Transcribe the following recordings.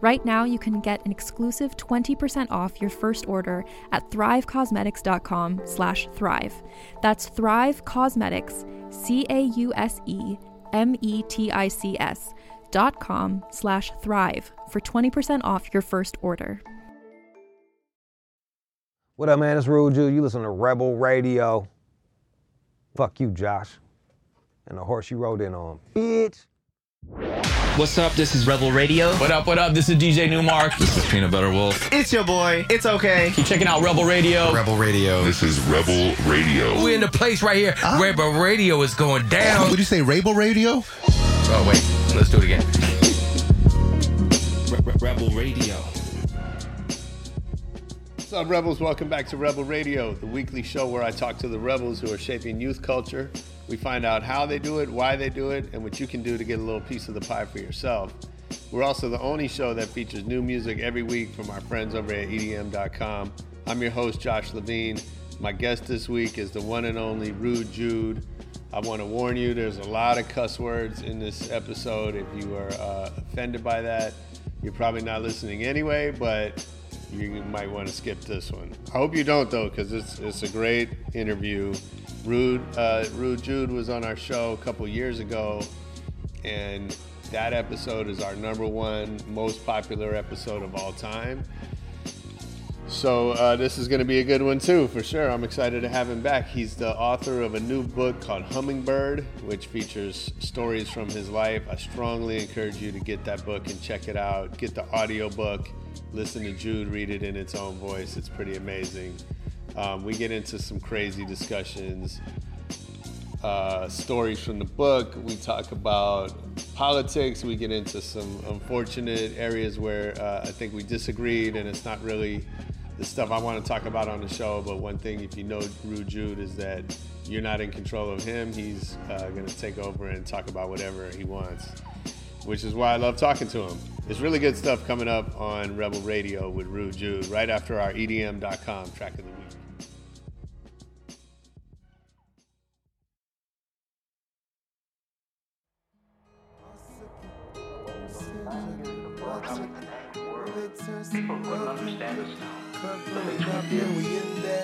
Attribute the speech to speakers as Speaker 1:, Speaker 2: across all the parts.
Speaker 1: Right now, you can get an exclusive 20% off your first order at thrivecosmetics.com slash thrive. That's Thrive Cosmetics, E C-A-U-S-E-M-E-T-I-C-S dot com slash thrive for 20% off your first order.
Speaker 2: What up, man? It's Rule Jew. You listen to Rebel Radio. Fuck you, Josh. And the horse you rode in on. Bitch.
Speaker 3: What's up? This is Rebel Radio.
Speaker 4: What up, what up? This is DJ Newmark.
Speaker 5: This is Peanut Butter Wolf.
Speaker 6: It's your boy. It's okay.
Speaker 4: Keep checking out Rebel Radio.
Speaker 5: Rebel Radio.
Speaker 7: This is Rebel Radio.
Speaker 8: We're in the place right here. Uh, Rebel Radio is going down.
Speaker 5: Would you say Rebel Radio?
Speaker 8: Oh, wait. Let's do it again.
Speaker 7: Rebel Radio.
Speaker 9: What's up, Rebels? Welcome back to Rebel Radio, the weekly show where I talk to the Rebels who are shaping youth culture. We find out how they do it, why they do it, and what you can do to get a little piece of the pie for yourself. We're also the only show that features new music every week from our friends over at E EDM.com. I'm your host, Josh Levine. My guest this week is the one and only Rude Jude. I want to warn you, there's a lot of cuss words in this episode. If you are uh, offended by that, you're probably not listening anyway, but you might want to skip this one. I hope you don't, though, because it's, it's a great interview. Rude, uh, Rude Jude was on our show a couple years ago, and that episode is our number one most popular episode of all time. So uh, this is going to be a good one too, for sure. I'm excited to have him back. He's the author of a new book called Hummingbird, which features stories from his life. I strongly encourage you to get that book and check it out. Get the audio book, listen to Jude read it in its own voice. It's pretty amazing. Um, we get into some crazy discussions, uh, stories from the book. We talk about politics. We get into some unfortunate areas where uh, I think we disagreed, and it's not really the stuff I want to talk about on the show. But one thing, if you know Rue Jude, is that you're not in control of him. He's uh, going to take over and talk about whatever he wants, which is why I love talking to him. It's really good stuff coming up on Rebel Radio with Rue Jude right after our E EDM.com track of the week.
Speaker 10: People couldn't understand us now.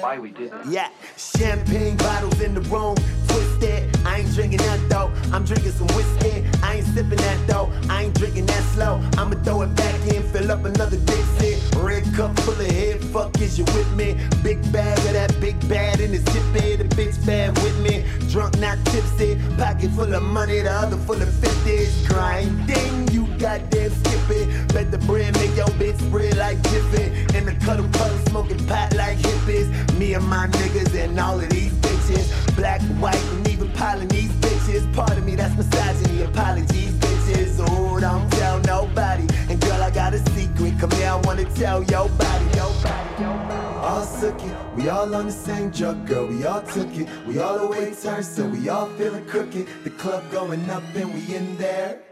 Speaker 10: Why we did that?
Speaker 11: Yeah, champagne bottles in the room, twisted. I ain't drinking that though. I'm drinking some whiskey. I ain't sipping that though. I ain't drinking that slow. I'ma throw it back in, fill up another Dixie. Red cup full of head, fuck is you with me? Big bag of that big bad in the zippy. The bitch bad with me. Drunk, not tipsy. Pocket full of money, the other full of fifties. Grinding, you goddamn skipping. Let the bread make your bitch spread like Jiffin. In the cuddle puddle, smoking pot like hippies. Me and my niggas and all of these bitches. Black, white, and even piling these bitches. Pardon me, that's misogyny. Apologies, bitches. Oh, don't tell nobody. And girl, I got a secret. Come here, I wanna tell your body, your body, your body. All shook it. We all on the same drug, girl. We all took it. We all the way turned, so we all feeling crooked. The club going up and we in there.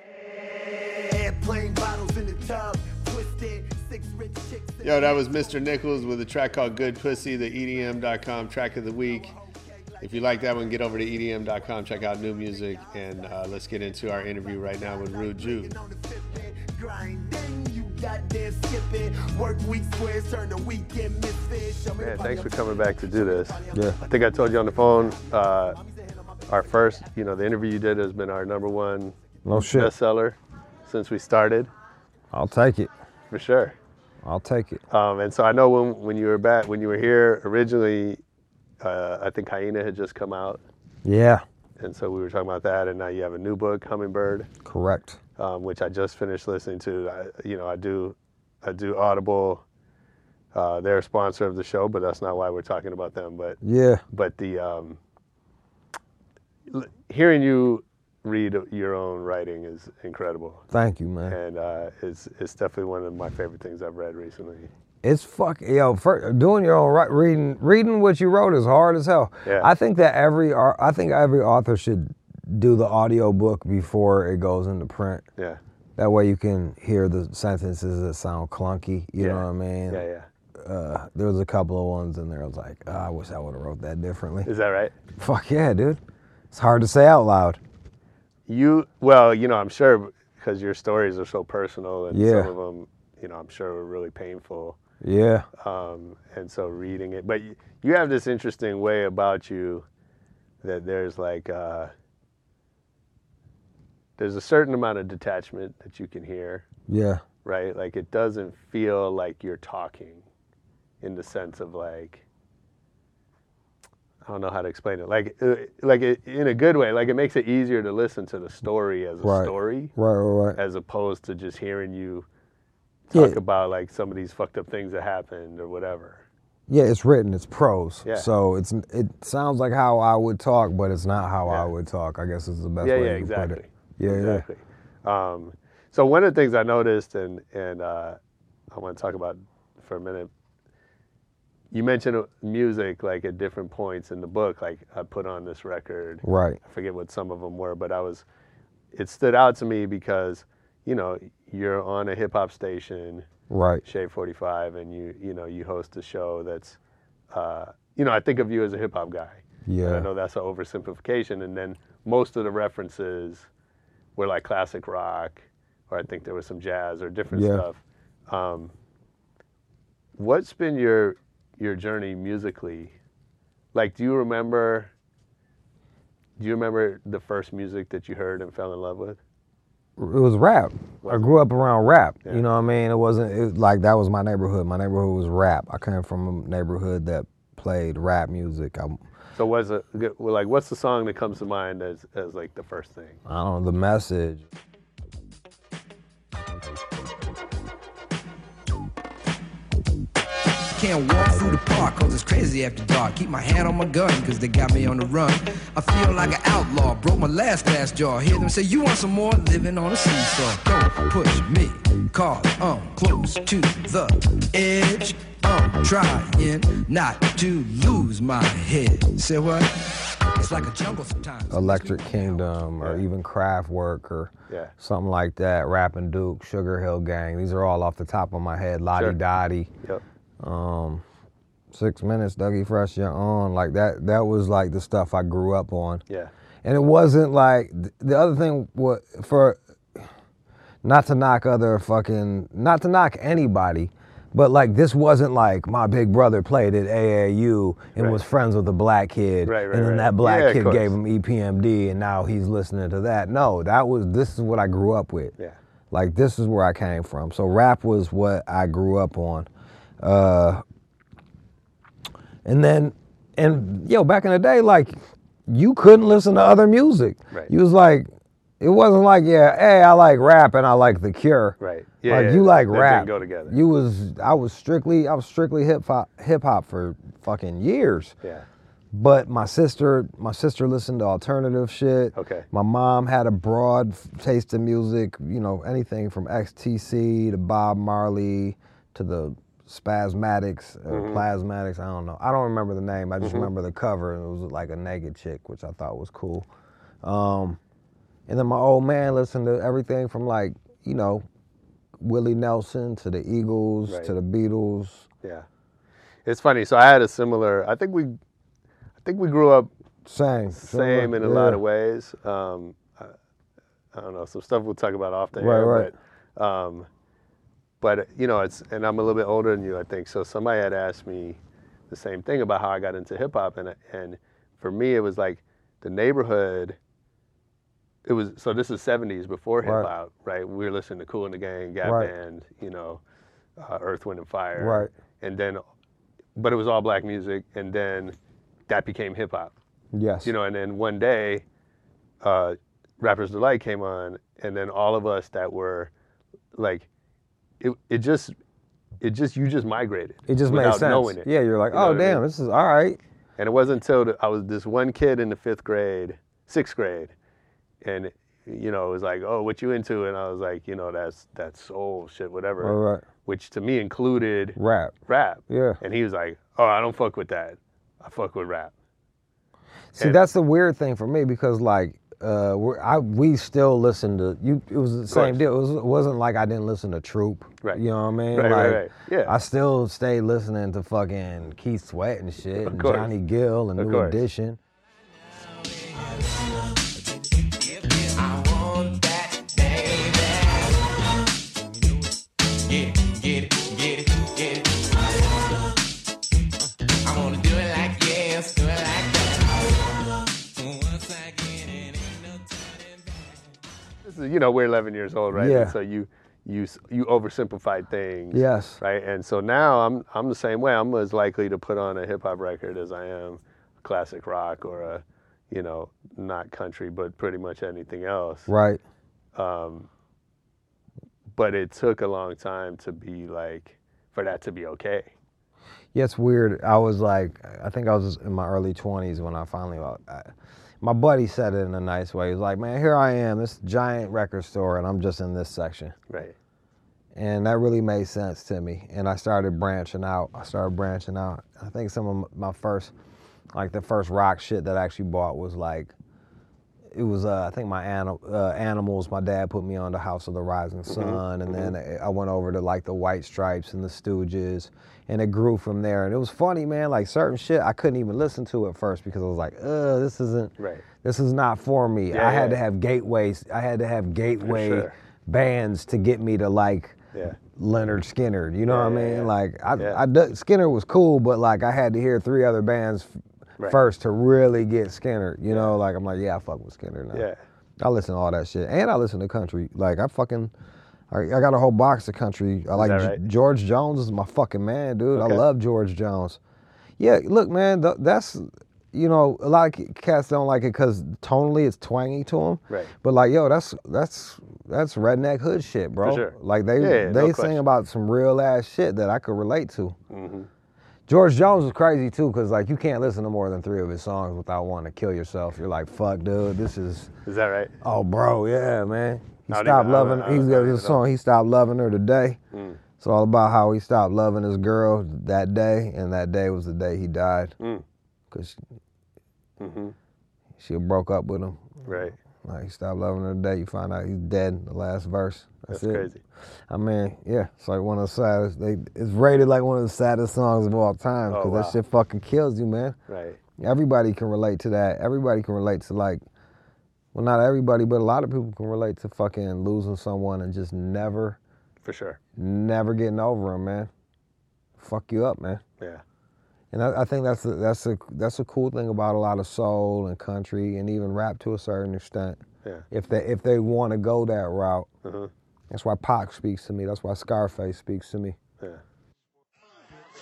Speaker 11: Airplane bottles in the tub, twisted.
Speaker 9: Yo, that was Mr. Nichols with a track called Good Pussy, the E EDM.com track of the week. If you like that one, get over to E edm.com, check out new music, and uh, let's get into our interview right now with Rude Jude.
Speaker 11: goddamn skipping. Work week squares turn to weekend misfits. Show me the
Speaker 9: Man,
Speaker 11: body
Speaker 9: thanks for coming back to do this.
Speaker 2: Yeah.
Speaker 9: I think I told you on the phone, uh, our first, you know, the interview you did has been our number one
Speaker 2: No shit.
Speaker 9: bestseller since we started,
Speaker 2: I'll take it.
Speaker 9: for sure.
Speaker 2: I'll take it.
Speaker 9: Um, and so I know when, when you were back, when you were here originally, uh, I think Hyena had just come out.
Speaker 2: Yeah.
Speaker 9: And so we were talking about that. And now you have a new book, Hummingbird,
Speaker 2: Correct.
Speaker 9: um, which I just finished listening to. I, you know, I do, I do Audible. Uh, they're a sponsor of the show, but that's not why we're talking about them. But
Speaker 2: Yeah.
Speaker 9: but the um, l- hearing you read your own writing is incredible,
Speaker 2: Thank you, man.
Speaker 9: and uh, it's it's definitely one of my favorite things I've read recently.
Speaker 2: It's fuck yo. fir- doing your own right, reading reading what you wrote is hard as hell.
Speaker 9: Yeah.
Speaker 2: I think that every au- I think every author should do the audio book before it goes into print.
Speaker 9: Yeah,
Speaker 2: That way you can hear the sentences that sound clunky. You know
Speaker 9: Yeah.
Speaker 2: what I mean?
Speaker 9: yeah, yeah.
Speaker 2: Uh, there was a couple of ones in there. I was like, "Ah, I wish I would have wrote that differently.
Speaker 9: Is that right?
Speaker 2: Fuck yeah, dude. It's hard to say out loud.
Speaker 9: You well, you know, I'm sure because your stories are so personal, and
Speaker 2: Yeah.
Speaker 9: some of them, you know, I'm sure were really painful.
Speaker 2: Yeah.
Speaker 9: um, and so reading it. But you, you have this interesting way about you that there's like uh, there's a certain amount of detachment that you can hear,
Speaker 2: Yeah.
Speaker 9: right? Like it doesn't feel like you're talking, in the sense of like. I don't know how to explain it. Like, uh, like it, in a good way. Like it makes it easier to listen to the story as a
Speaker 2: Right.
Speaker 9: story,
Speaker 2: Right. Right. Right.
Speaker 9: as opposed to just hearing you
Speaker 2: Yeah.
Speaker 9: talk about like some of these fucked up things that happened or whatever.
Speaker 2: Yeah. It's written. It's prose.
Speaker 9: Yeah.
Speaker 2: So it's it sounds like how I would talk, but it's not how I
Speaker 9: Yeah.
Speaker 2: would talk. I guess is the best
Speaker 9: yeah,
Speaker 2: way
Speaker 9: yeah,
Speaker 2: to
Speaker 9: exactly.
Speaker 2: put it. Yeah. Yeah.
Speaker 9: exactly. Um, so one of the things I noticed, and and uh, I want to talk about for a minute. You mentioned uh, music like at different points in the book. Like I put on this record.
Speaker 2: Right.
Speaker 9: I forget what some of them were, but I was. It stood out to me because you know you're on a hip hop station.
Speaker 2: Right.
Speaker 9: Shade 45, and you you know you host a show that's, uh, you know, I think of you as a hip hop guy. And
Speaker 2: Yeah.
Speaker 9: I know that's an oversimplification, and then most of the references were like classic rock, or I think there was some jazz or different
Speaker 2: Yeah.
Speaker 9: stuff. Um, what's been your your journey musically? Like, do you remember? Do you remember the first music that you heard and fell in love with?
Speaker 2: it was rap. I grew up around rap.
Speaker 9: Yeah.
Speaker 2: You know what I mean? It wasn't it, like that was my neighborhood. My neighborhood was rap. I came from a neighborhood that played rap music. I,
Speaker 9: So, was it well, like what's the song that comes to mind as as like the first thing?
Speaker 2: I don't know the message.
Speaker 12: Can't walk through the park cause it's crazy after dark. Keep my hand on my gun cause they got me on the run. I feel like an outlaw, broke my last glass jaw. Hear them say, You want some more? Living on a seesaw. Don't push me cause I'm close to the edge. I'm trying not to lose my head. Say what? It's like a jungle sometimes.
Speaker 2: Electric Kingdom or even Kraftwerk or
Speaker 9: Yeah.
Speaker 2: something like that. Rapping Duke, Sugar Hill Gang. These are all off the top of my head. Lottie
Speaker 9: Sure.
Speaker 2: Dottie.
Speaker 9: Yep.
Speaker 2: Um, Six Minutes, Dougie Fresh, You're On. Like that, that was like the stuff I grew up on.
Speaker 9: Yeah.
Speaker 2: and it wasn't like th- the other thing was for not to knock other fucking not to knock anybody but like this wasn't like my big brother played at AAU and
Speaker 9: Right.
Speaker 2: was friends with a black kid
Speaker 9: Right, right,
Speaker 2: and then
Speaker 9: right.
Speaker 2: that black
Speaker 9: Yeah, of
Speaker 2: kid
Speaker 9: course.
Speaker 2: gave him E EPMD and now he's listening to that no that was this is what I grew up with
Speaker 9: Yeah.
Speaker 2: like this is where I came from. So rap was what I grew up on. Uh, and then and yo, back in the day, like you couldn't listen to other music.
Speaker 9: Right.
Speaker 2: You was like, it wasn't like, yeah, hey, I like rap and I like the cure.
Speaker 9: Right. Yeah,
Speaker 2: like
Speaker 9: yeah,
Speaker 2: you like
Speaker 9: they didn't
Speaker 2: rap.
Speaker 9: go together.
Speaker 2: You was I was strictly I was strictly hip hop hip hop for fucking years.
Speaker 9: Yeah.
Speaker 2: But my sister, my sister listened to alternative shit.
Speaker 9: Okay.
Speaker 2: My mom had a broad f- taste in music. You know, anything from XTC to Bob Marley to the Spasmatics or
Speaker 9: Mm-hmm.
Speaker 2: Plasmatics. I don't know. I don't remember the name. I just remember the cover, and it was like a naked chick, which I thought was cool. Um, and then my old man listened to everything from like you know Willie Nelson to the Eagles
Speaker 9: Right.
Speaker 2: to the Beatles.
Speaker 9: Yeah. It's funny. So I had a similar. I think we, I think we grew up
Speaker 2: Same.
Speaker 9: same in a lot
Speaker 2: Yeah.
Speaker 9: of ways. Um, I, I don't know. Some stuff we'll talk about off the
Speaker 2: Right,
Speaker 9: air.
Speaker 2: right.
Speaker 9: But um, but you know, it's and I'm a little bit older than you, I think. So somebody had asked me the same thing about how I got into hip hop, and and for me, it was like the neighborhood. It was so this is '70s before hip
Speaker 2: Right.
Speaker 9: hop, right. We were listening to Cool and the Gang, Gap
Speaker 2: Right.
Speaker 9: Band, you know, uh, Earth, Wind and Fire,
Speaker 2: Right.
Speaker 9: and then, but it was all black music, and then that became hip hop.
Speaker 2: Yes.
Speaker 9: You know, and then one day, uh, Rapper's Delight came on, and then all of us that were like, it, it just, it just, you just migrated.
Speaker 2: It just made
Speaker 9: without
Speaker 2: sense.
Speaker 9: knowing it.
Speaker 2: Yeah, you're like,
Speaker 9: You know
Speaker 2: oh
Speaker 9: what I mean?
Speaker 2: damn, this is all right.
Speaker 9: And it wasn't until the- I was this one kid in the fifth grade, sixth grade, and you know, it was like, oh, what you into? And I was like, you know, that's that's soul shit, whatever.
Speaker 2: Right, right.
Speaker 9: Which to me included
Speaker 2: Rap.
Speaker 9: rap.
Speaker 2: Yeah.
Speaker 9: And he was like, oh, I don't fuck with that. I fuck with rap.
Speaker 2: See, that's the weird thing for me because like uh, we're, I we still listen to you. It was the same deal. It, was, it wasn't like I didn't listen to Troop. Right. You know what I mean?
Speaker 9: Right, right,
Speaker 2: like,
Speaker 9: right. Yeah.
Speaker 2: I still stay listening to fucking Keith Sweat and shit, and
Speaker 9: course.
Speaker 2: Johnny Gill and
Speaker 9: Of
Speaker 2: New
Speaker 9: course.
Speaker 2: Edition.
Speaker 8: Get it, get it, get it, get it. I wanna do it like yes, do it like that. Once I get it, ain't no turning back.
Speaker 9: this is, you know, we're 11 years old, right?
Speaker 2: Yeah.
Speaker 9: And so you, you, s- you oversimplified things.
Speaker 2: Yes.
Speaker 9: Right. And so now I'm, I'm the same way. I'm as likely to put on a hip hop record as I am classic rock or a, you know, not country, but pretty much anything else.
Speaker 2: Right.
Speaker 9: Um, but it took a long time to be like, for that to be okay.
Speaker 2: Yeah, it's weird. I was like, I think I was in my early 20s when I finally, I, my buddy said it in a nice way. He was like, man, here I am, this giant record store, and I'm just in this section.
Speaker 9: Right.
Speaker 2: And that really made sense to me. And I started branching out. I started branching out. I think some of m- my first, like the first rock shit that I actually bought was like, it was uh, I think my ani- uh, animals. My dad put me on the House of the Rising
Speaker 9: Mm-hmm.
Speaker 2: Sun, and then uh, I went over to like the White Stripes and the Stooges, and it grew from there. And it was funny, man. Like certain shit I couldn't even listen to at first because I was like, uh, this isn't
Speaker 9: Right.
Speaker 2: this is not for me.
Speaker 9: Yeah,
Speaker 2: I had
Speaker 9: yeah.
Speaker 2: to have gateways. I had to have gateway
Speaker 9: sure.
Speaker 2: bands to get me to like.
Speaker 9: Yeah.
Speaker 2: Leonard Skinner, you know
Speaker 9: Yeah,
Speaker 2: what I
Speaker 9: yeah,
Speaker 2: mean?
Speaker 9: yeah.
Speaker 2: Like, I,
Speaker 9: Yeah.
Speaker 2: I d- Skinner was cool, but like, I had to hear three other bands f-
Speaker 9: Right.
Speaker 2: first to really get Skinner. You know, like I'm like, yeah, I fuck with Skinner now.
Speaker 9: Yeah.
Speaker 2: I listen to all that shit, and I listen to country. Like I fucking, I, I got a whole box of country. I like
Speaker 9: that
Speaker 2: G-
Speaker 9: right?
Speaker 2: George Jones is my fucking man, dude.
Speaker 9: Okay.
Speaker 2: I love George Jones. Yeah, look, man, th- that's you know a lot of c- cats don't like it because tonally it's twangy to them.
Speaker 9: Right.
Speaker 2: But like, yo, that's that's that's redneck hood shit, bro.
Speaker 9: sure.
Speaker 2: Like they
Speaker 9: Yeah, yeah, no
Speaker 2: they sing
Speaker 9: question.
Speaker 2: about some real ass shit that I could relate to.
Speaker 9: hmm
Speaker 2: George Jones is crazy too, cause like you can't listen to more than three of his songs without wanting to kill yourself. You're like, fuck, dude, this is.
Speaker 9: Is that right?
Speaker 2: Oh, bro, yeah, man. He
Speaker 9: I don't
Speaker 2: stopped
Speaker 9: even- I don't-
Speaker 2: loving.
Speaker 9: I
Speaker 2: He's
Speaker 9: don't- I
Speaker 2: got
Speaker 9: don't
Speaker 2: his
Speaker 9: even
Speaker 2: song. He stopped loving her today.
Speaker 9: Mm.
Speaker 2: It's all about how he stopped loving his girl that day, and that day was the day he died,
Speaker 9: Mm.
Speaker 2: cause
Speaker 9: hmm
Speaker 2: she broke up with him.
Speaker 9: Right.
Speaker 2: Like he stopped loving her today. You find out he's dead in the last verse. That's,
Speaker 9: That's
Speaker 2: it.
Speaker 9: crazy.
Speaker 2: I mean, yeah, it's like one of the saddest. They, it's rated like one of the saddest songs of all time,
Speaker 9: Oh,
Speaker 2: cause
Speaker 9: wow.
Speaker 2: that shit fucking kills you, man.
Speaker 9: Right.
Speaker 2: Everybody can relate to that. Everybody can relate to like, well, not everybody, but a lot of people can relate to fucking losing someone and just never,
Speaker 9: For sure.
Speaker 2: never getting over them, man. Fuck you up, man.
Speaker 9: Yeah.
Speaker 2: And I, I think that's a, that's a that's a cool thing about a lot of soul and country and even rap to a certain extent.
Speaker 9: Yeah.
Speaker 2: If they if they want to go that route,
Speaker 9: Uh-huh.
Speaker 2: that's why Pac speaks to me. That's why Scarface speaks to me.
Speaker 9: Yeah.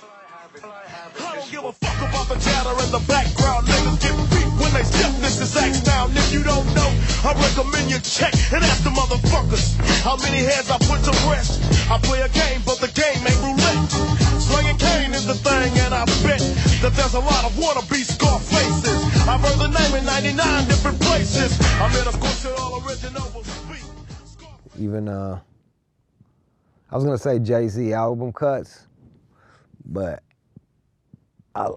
Speaker 13: I don't give a fuck about the chatter in the background. Niggas get beat when they step. This is Axe Now. And if you don't know, I recommend you check and ask the motherfuckers how many heads I put to rest. I play a game, but the game ain't roulette. Slinging cane is the thing, and I bet that there's a lot of wannabe scar faces. I've heard the name in 99 different places. I mean, of course, it all original was beat.
Speaker 2: even uh I was gonna say Jay Z album cuts, but I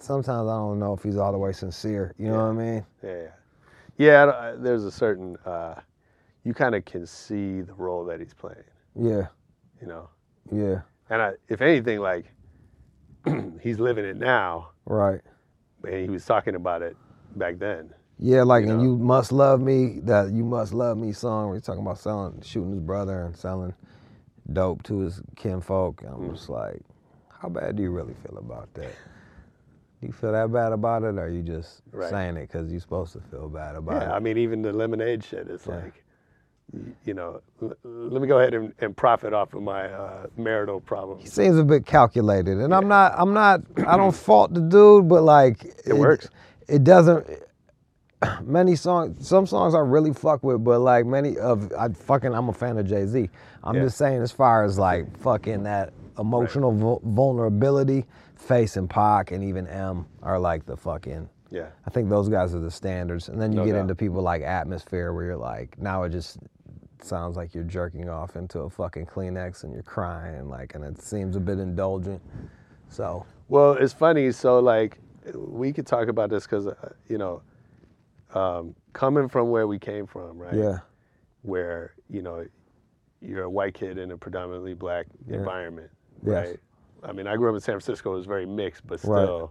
Speaker 2: sometimes I don't know if he's all the way sincere. You know what I mean?
Speaker 9: Yeah, yeah. Yeah, I don't- I- there's a certain, uh, you kind of can see the role that he's playing,
Speaker 2: Yeah,
Speaker 9: you know?
Speaker 2: yeah,
Speaker 9: And I, if anything, like, he's living it now,
Speaker 2: right.
Speaker 9: and he was talking about it back then.
Speaker 2: Yeah, like
Speaker 9: You
Speaker 2: and
Speaker 9: know.
Speaker 2: you must love me. That you must love me song. We're talking about selling, shooting his brother, and selling dope to his kinfolk. And I'm just like, how bad do you really feel about that? Do you feel that bad about it, or are you just
Speaker 9: Right.
Speaker 2: saying it because you're supposed to feel bad about it?
Speaker 9: Yeah, I mean, even the lemonade shit is like, y- you know, l- let me go ahead and, and profit off of my uh, marital problems.
Speaker 2: seems a bit calculated, and I'm not. I'm not. I don't fault the dude, but like it,
Speaker 9: works.
Speaker 2: It doesn't. Many songs, some songs I really fuck with, but like many of, I fucking, I'm a fan of Jay Z. I'm
Speaker 9: Yeah.
Speaker 2: just saying, as far as like fucking that emotional vul- vulnerability, Face and Pac and even M are like the fucking.
Speaker 9: Yeah.
Speaker 2: I think those guys are the standards, and then you
Speaker 9: No
Speaker 2: get
Speaker 9: doubt.
Speaker 2: into people like Atmosphere, where you're like, now it just sounds like you're jerking off into a fucking Kleenex and you're crying, like, and it seems a bit indulgent. So
Speaker 9: Well, it's funny. So, like, we could talk about this because, uh, you know, um, coming from where we came from, right?
Speaker 2: Yeah.
Speaker 9: Where, you know, you're a white kid in a predominantly black
Speaker 2: Yeah.
Speaker 9: environment,
Speaker 2: Yes.
Speaker 9: right? I mean, I grew up in San Francisco. It was very mixed, but still,
Speaker 2: Right.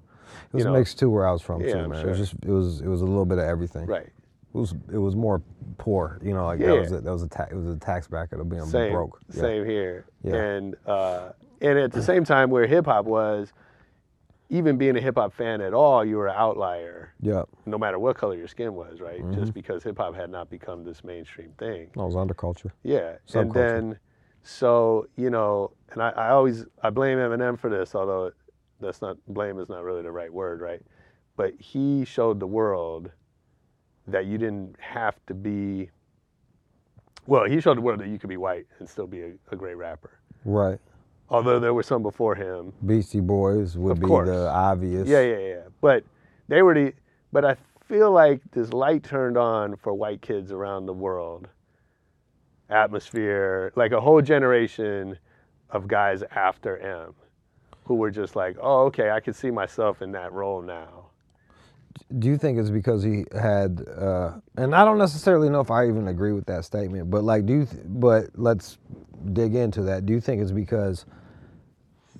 Speaker 2: it was
Speaker 9: you know,
Speaker 2: mixed too where I was from
Speaker 9: Yeah,
Speaker 2: too,
Speaker 9: I'm
Speaker 2: man. It was
Speaker 9: sure.
Speaker 2: just it was it was a little bit of everything.
Speaker 9: Right.
Speaker 2: It was it was more poor, you know, like
Speaker 9: Yeah.
Speaker 2: that was a, that was a ta- it was a tax bracket of being
Speaker 9: same,
Speaker 2: broke. Yeah.
Speaker 9: Same here.
Speaker 2: Yeah.
Speaker 9: And uh, and at the same time, where hip hop was, even being a hip hop fan at all, you were an outlier,
Speaker 2: Yeah.
Speaker 9: no matter what color your skin was, right?
Speaker 2: Mhm.
Speaker 9: Just because hip hop had not become this mainstream thing.
Speaker 2: No, it was underculture.
Speaker 9: Yeah.
Speaker 2: Subculture.
Speaker 9: And then, so you know, and I, I always I blame Eminem for this, although that's not blame is not really the right word, right? But he showed the world that you didn't have to be. Well, he showed the world that you could be white and still be a, a great rapper.
Speaker 2: Right.
Speaker 9: Although there were some before him.
Speaker 2: Beastie Boys would
Speaker 9: Of
Speaker 2: be
Speaker 9: course.
Speaker 2: the obvious.
Speaker 9: Yeah, yeah, yeah. But they were the. But I feel like this light turned on for white kids around the world. Atmosphere, like a whole generation of guys after M, who were just like, "Oh, okay, I can see myself in that role now."
Speaker 2: Do you think it's because he had, uh, and I don't necessarily know if I even agree with that statement, but like, do you, th- but let's dig into that. Do you think it's because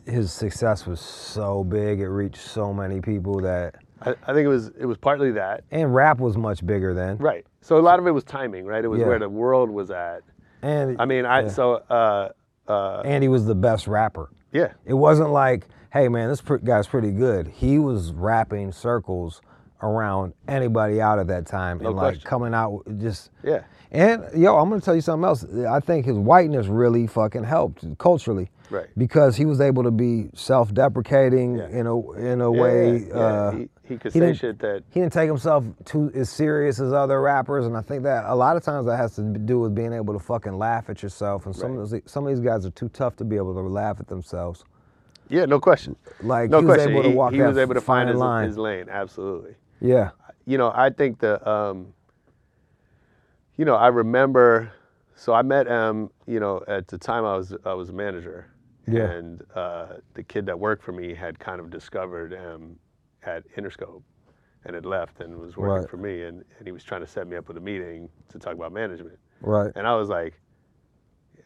Speaker 2: his success was so big, it reached so many people that,
Speaker 9: I, I think it was it was partly that,
Speaker 2: and rap was much bigger then.
Speaker 9: right? So a lot of it was timing, right? It was
Speaker 2: Yeah.
Speaker 9: where the world was at.
Speaker 2: And
Speaker 9: I mean, I
Speaker 2: yeah.
Speaker 9: so uh, uh,
Speaker 2: and he was the best rapper.
Speaker 9: Yeah.
Speaker 2: It wasn't like, hey man, this pr- guy's pretty good. He was rapping circles around anybody out at that time
Speaker 9: No
Speaker 2: and like
Speaker 9: question.
Speaker 2: coming out with just
Speaker 9: Yeah.
Speaker 2: And yo, I'm gonna tell you something else. I think his whiteness really fucking helped culturally.
Speaker 9: Right.
Speaker 2: Because he was able to be self-deprecating in a in a
Speaker 9: Yeah,
Speaker 2: way.
Speaker 9: yeah,
Speaker 2: uh,
Speaker 9: he, he could
Speaker 2: he
Speaker 9: say
Speaker 2: didn't-
Speaker 9: shit that
Speaker 2: he didn't take himself too as serious as other rappers, and I think that a lot of times that has to do with being able to fucking laugh at yourself. And some of those, some of these guys are too tough to be able to laugh at themselves.
Speaker 9: Yeah, no question.
Speaker 2: Like,
Speaker 9: no
Speaker 2: he was
Speaker 9: question.
Speaker 2: able to
Speaker 9: he,
Speaker 2: walk
Speaker 9: he
Speaker 2: that
Speaker 9: was able to
Speaker 2: fine
Speaker 9: find his
Speaker 2: line.
Speaker 9: his lane. Absolutely.
Speaker 2: Yeah,
Speaker 9: You know, I think the, um, you know, I remember. So I met um, you know, at the time I was I was a manager,
Speaker 2: Yeah.
Speaker 9: and uh, the kid that worked for me had kind of discovered um, at Interscope, and had left and was working
Speaker 2: Right.
Speaker 9: for me, and, and he was trying to set me up with a meeting to talk about management,
Speaker 2: right.
Speaker 9: and I was like,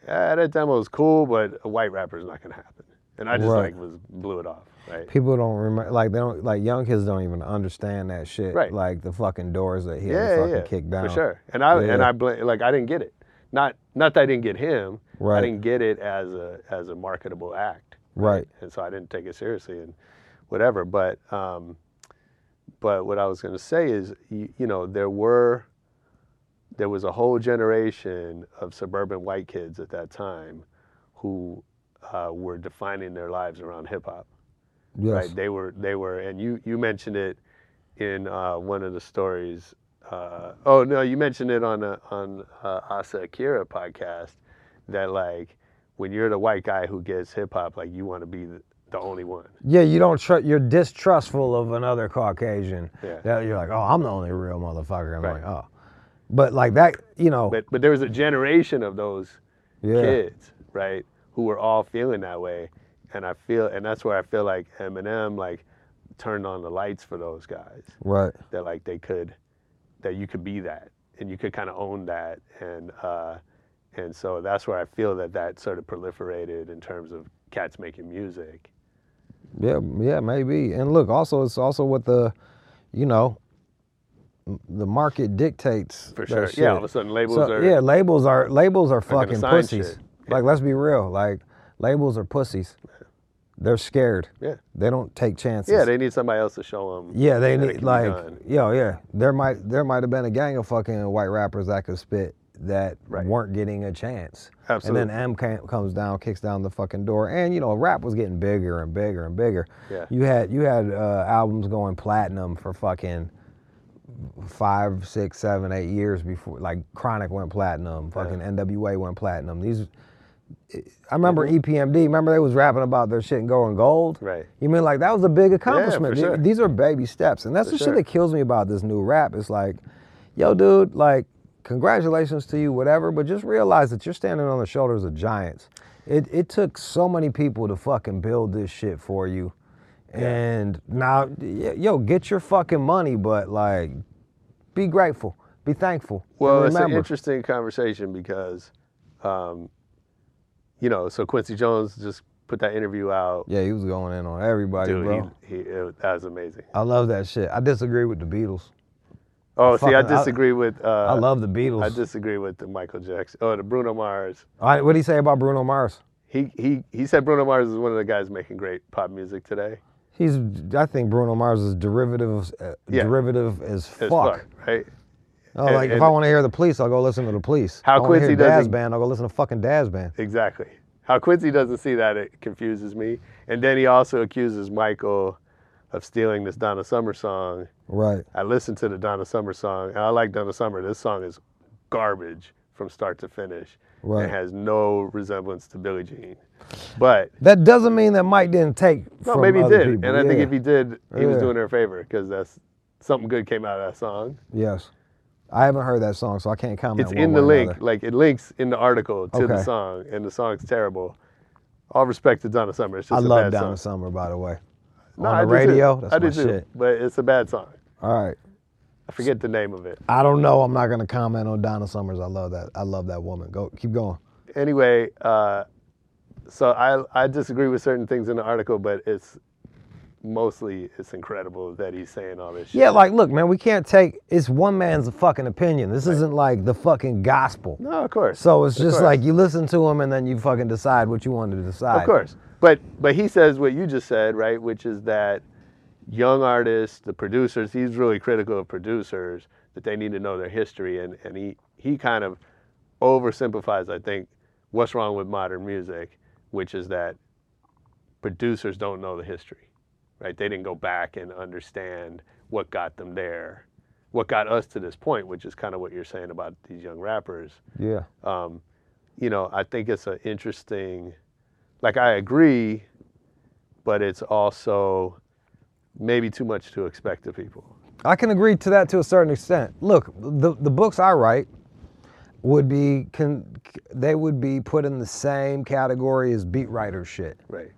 Speaker 9: yeah, that demo's cool, but a white rapper's not gonna happen, and I just
Speaker 2: Right.
Speaker 9: like was blew it off, right?
Speaker 2: People don't remember, like they don't, like young kids don't even understand that shit.
Speaker 9: Right.
Speaker 2: Like the fucking doors that he had
Speaker 9: yeah,
Speaker 2: to fucking
Speaker 9: yeah,
Speaker 2: kick down.
Speaker 9: for sure. And I and
Speaker 2: Yeah.
Speaker 9: I blame like I didn't get it. Not not that I didn't get him.
Speaker 2: Right.
Speaker 9: I didn't get it as a as a marketable act,
Speaker 2: Right.
Speaker 9: and so I didn't take it seriously and whatever. But um, but what I was going to say is you, you know there were there was a whole generation of suburban white kids at that time who uh, were defining their lives around hip hop.
Speaker 2: Yes.
Speaker 9: Right. They were they were, and you you mentioned it in uh, one of the stories. Uh, oh no, you mentioned it on a, on uh, Asa Akira podcast that like when you're the white guy who gets hip hop, like you want to be the, the only one.
Speaker 2: Yeah, you don't trust. You're distrustful of another Caucasian.
Speaker 9: Yeah.
Speaker 2: That you're like, oh, I'm the only real motherfucker. I'm
Speaker 9: Right.
Speaker 2: like, oh, but like that, you know.
Speaker 9: But but there was a generation of those
Speaker 2: Yeah.
Speaker 9: kids, right, who were all feeling that way, and I feel, and that's where I feel like Eminem like turned on the lights for those guys.
Speaker 2: right.
Speaker 9: that like they could that you could be that and you could kind of own that and uh and so that's where i feel that that sort of proliferated in terms of cats making music
Speaker 2: Yeah, yeah, maybe. And look, also it's also what the, you know, m- the market dictates.
Speaker 9: for
Speaker 2: that
Speaker 9: sure
Speaker 2: shit.
Speaker 9: yeah all of a sudden labels
Speaker 2: So,
Speaker 9: are
Speaker 2: yeah, labels are labels are
Speaker 9: gonna
Speaker 2: fucking
Speaker 9: sign
Speaker 2: pussies.
Speaker 9: shit.
Speaker 2: Like, let's be real. Like, labels are pussies. They're scared.
Speaker 9: Yeah.
Speaker 2: They don't take chances.
Speaker 9: Yeah, they need somebody else to show them.
Speaker 2: Yeah, they need like yo, yeah. There might there might have been a gang of fucking white rappers that could spit that weren't getting a chance. And
Speaker 9: Absolutely.
Speaker 2: then M came, comes down, kicks down the fucking door, and you know rap was getting bigger and bigger and bigger.
Speaker 9: Yeah.
Speaker 2: You had you had uh, albums going platinum for fucking five, six, seven, eight years before like Chronic went platinum, fucking NWA went platinum. These I remember E EPMD. Remember they was rapping about their shit and going gold.
Speaker 9: Mm-hmm. Right.
Speaker 2: You mean like that was a big accomplishment.
Speaker 9: for sure.
Speaker 2: These are baby steps, and that's the
Speaker 9: For sure.
Speaker 2: shit that kills me about this new rap. It's like, yo, dude, like, congratulations to you, whatever, but just realize that you're standing on the shoulders of giants. It it took so many people to fucking build this shit for you, and now, y- yo, get your fucking money, but like, be grateful, be thankful. and
Speaker 9: Well, it's an
Speaker 2: remember.
Speaker 9: interesting conversation because, um, you know, so Quincy Jones just put that interview out.
Speaker 2: Yeah, he was going in on everybody,
Speaker 9: Dude,
Speaker 2: bro.
Speaker 9: he, he, it, that was amazing.
Speaker 2: I love that shit. I disagree with the Beatles.
Speaker 9: Oh, see, I
Speaker 2: Fucking- I-
Speaker 9: disagree with. Uh,
Speaker 2: I love the Beatles.
Speaker 9: I disagree with the Michael Jackson. Oh, the Bruno Mars.
Speaker 2: what do you say about Bruno Mars?
Speaker 9: He he he said Bruno Mars is one of the guys making great pop music today.
Speaker 2: He's, I think Bruno Mars is derivative, uh,
Speaker 9: Yeah.
Speaker 2: derivative as fuck.
Speaker 9: As fuck, right?
Speaker 2: Oh,
Speaker 9: And-
Speaker 2: like if
Speaker 9: and-
Speaker 2: I want to hear the police, I'll go listen to the police.
Speaker 9: How
Speaker 2: I wanna hear
Speaker 9: Quincy
Speaker 2: Daz
Speaker 9: doesn't-
Speaker 2: band, I'll go listen to fucking Daz band.
Speaker 9: Exactly. How Quincy doesn't see that it confuses me. And then he also accuses Michael of stealing this Donna Summer song.
Speaker 2: Right.
Speaker 9: I listened to the Donna Summer song, and I like Donna Summer. This song is garbage from start to finish.
Speaker 2: Right.
Speaker 9: It has no resemblance to Billie Jean. But
Speaker 2: That doesn't mean that Mike didn't take.
Speaker 9: no,
Speaker 2: from
Speaker 9: maybe he
Speaker 2: other
Speaker 9: did.
Speaker 2: people.
Speaker 9: And I think
Speaker 2: Yeah.
Speaker 9: if he did, he was
Speaker 2: Yeah.
Speaker 9: doing her a favor because that's something good came out of that song.
Speaker 2: Yes, I haven't heard that song, so I can't comment.
Speaker 9: It's
Speaker 2: one
Speaker 9: in
Speaker 2: way
Speaker 9: the
Speaker 2: or
Speaker 9: link,
Speaker 2: another.
Speaker 9: like it links in the article to the
Speaker 2: Okay.
Speaker 9: song, and the song's terrible. All respect to Donna Summer. It's
Speaker 2: I
Speaker 9: just a
Speaker 2: love
Speaker 9: bad
Speaker 2: Donna
Speaker 9: song.
Speaker 2: Summer, by the way.
Speaker 9: No,
Speaker 2: On
Speaker 9: I
Speaker 2: the
Speaker 9: do too.
Speaker 2: radio, that's
Speaker 9: I
Speaker 2: my
Speaker 9: do too,
Speaker 2: shit.
Speaker 9: But it's a bad song.
Speaker 2: All right.
Speaker 9: I forget the name of it.
Speaker 2: I don't know. I'm not gonna comment on Donna Summers. I love that. I love that woman. Go, keep going.
Speaker 9: Anyway, uh, so I I disagree with certain things in the article, but it's mostly it's incredible that he's saying all this shit.
Speaker 2: Yeah, like, look, man, we can't take it's one man's fucking opinion. This isn't like the fucking gospel.
Speaker 9: No, of course.
Speaker 2: So it's
Speaker 9: Of
Speaker 2: just
Speaker 9: course.
Speaker 2: like you listen to him and then you fucking decide what you want to decide.
Speaker 9: Of course. But but he says what you just said, right? Which is that young artists, the producers, he's really critical of producers that they need to know their history and, and he, he kind of oversimplifies, I think, what's wrong with modern music, which is that producers don't know the history. Right? They didn't go back and understand what got them there. What got us to this point, which is kind of what you're saying about these young rappers
Speaker 2: Yeah.
Speaker 9: um, you know, I think it's an interesting, like I agree, but it's also maybe too much to expect of people.
Speaker 2: I can agree to that to a certain extent. Look, the the books I write would be can they would be put in the same category as beat writer shit.
Speaker 9: Right.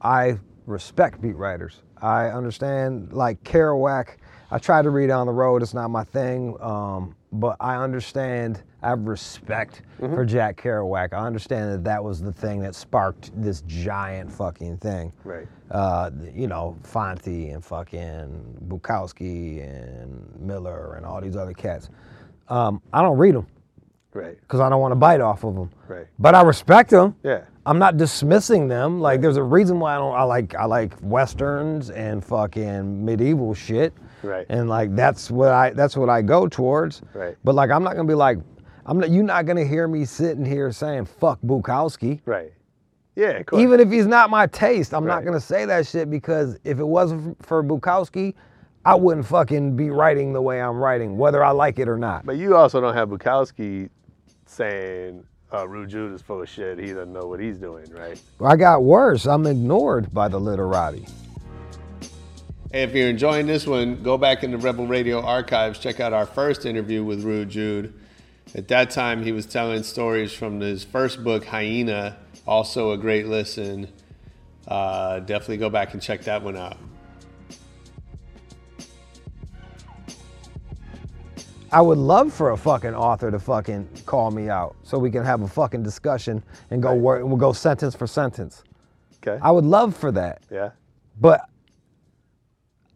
Speaker 2: I respect beat writers. I understand like Kerouac. I try to read on the road. It's not my thing, um, but I understand. I have respect
Speaker 9: Mm-hmm.
Speaker 2: for Jack Kerouac. I understand that that was the thing that sparked this giant fucking thing.
Speaker 9: Right.
Speaker 2: Uh, th- you know, Fonte and fucking Bukowski and Miller and all these other cats. Um, I don't read them
Speaker 9: Right.
Speaker 2: because I don't want to bite off of them.
Speaker 9: Right.
Speaker 2: But I respect them.
Speaker 9: Yeah.
Speaker 2: I'm not dismissing them. Like, there's a reason why I don't. I like I like westerns and fucking medieval shit.
Speaker 9: Right.
Speaker 2: And like that's what I that's what I go towards.
Speaker 9: Right.
Speaker 2: But like I'm not gonna be like I'm not. You're not gonna hear me sitting here saying fuck Bukowski.
Speaker 9: Right. Yeah. Of course.
Speaker 2: Even if he's not my taste, I'm not
Speaker 9: Right.
Speaker 2: gonna say that shit because if it wasn't f- for Bukowski, I wouldn't fucking be writing the way I'm writing, whether I like it or not.
Speaker 9: but you also don't have Bukowski saying uh, Rude Jude is full of shit. He doesn't know what he's doing. Right.
Speaker 2: I got worse. I'm ignored by the literati.
Speaker 14: Hey, if you're enjoying this one, go back in the Rebel Radio archives, check out our first interview with Rude Jude. At that time, he was telling stories from his first book, Hyena, also a great listen. Uh, definitely go back and check that one out.
Speaker 2: I would love for a fucking author to fucking call me out so we can have a fucking discussion and go word, we'll go sentence for sentence.
Speaker 9: Okay.
Speaker 2: I would love for that,
Speaker 9: yeah.
Speaker 2: but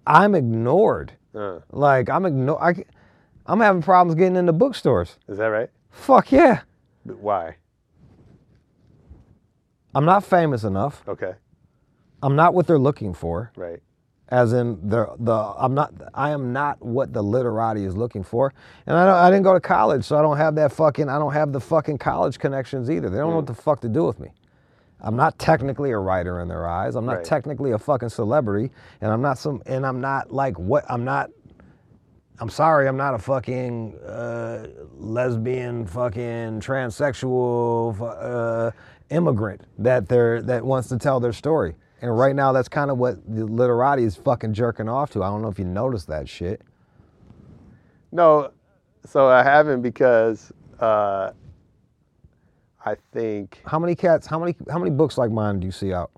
Speaker 2: I'm ignored.
Speaker 9: Uh,
Speaker 2: Like I'm igno- I, ca- I'm having problems getting into bookstores.
Speaker 9: is that right?
Speaker 2: Fuck yeah.
Speaker 9: But why?
Speaker 2: I'm not famous enough.
Speaker 9: Okay.
Speaker 2: I'm not what they're looking for.
Speaker 9: Right.
Speaker 2: As in the the I'm not I am not what the literati is looking for, and I don't, I didn't go to college, so I don't have that fucking I don't have the fucking college connections either. They don't know what the fuck to do with me. I'm not technically a writer in their eyes. I'm not
Speaker 9: Right.
Speaker 2: technically a fucking celebrity, and I'm not some and I'm not like what I'm not. I'm sorry, I'm not a fucking uh, lesbian, fucking transsexual fu- uh, immigrant that they're that wants to tell their story. And right now, that's kind of what the literati is fucking jerking off to. I don't know if you noticed that shit.
Speaker 9: No, so I haven't because uh, I think
Speaker 2: How many cats? How many? How many books like mine do you see out?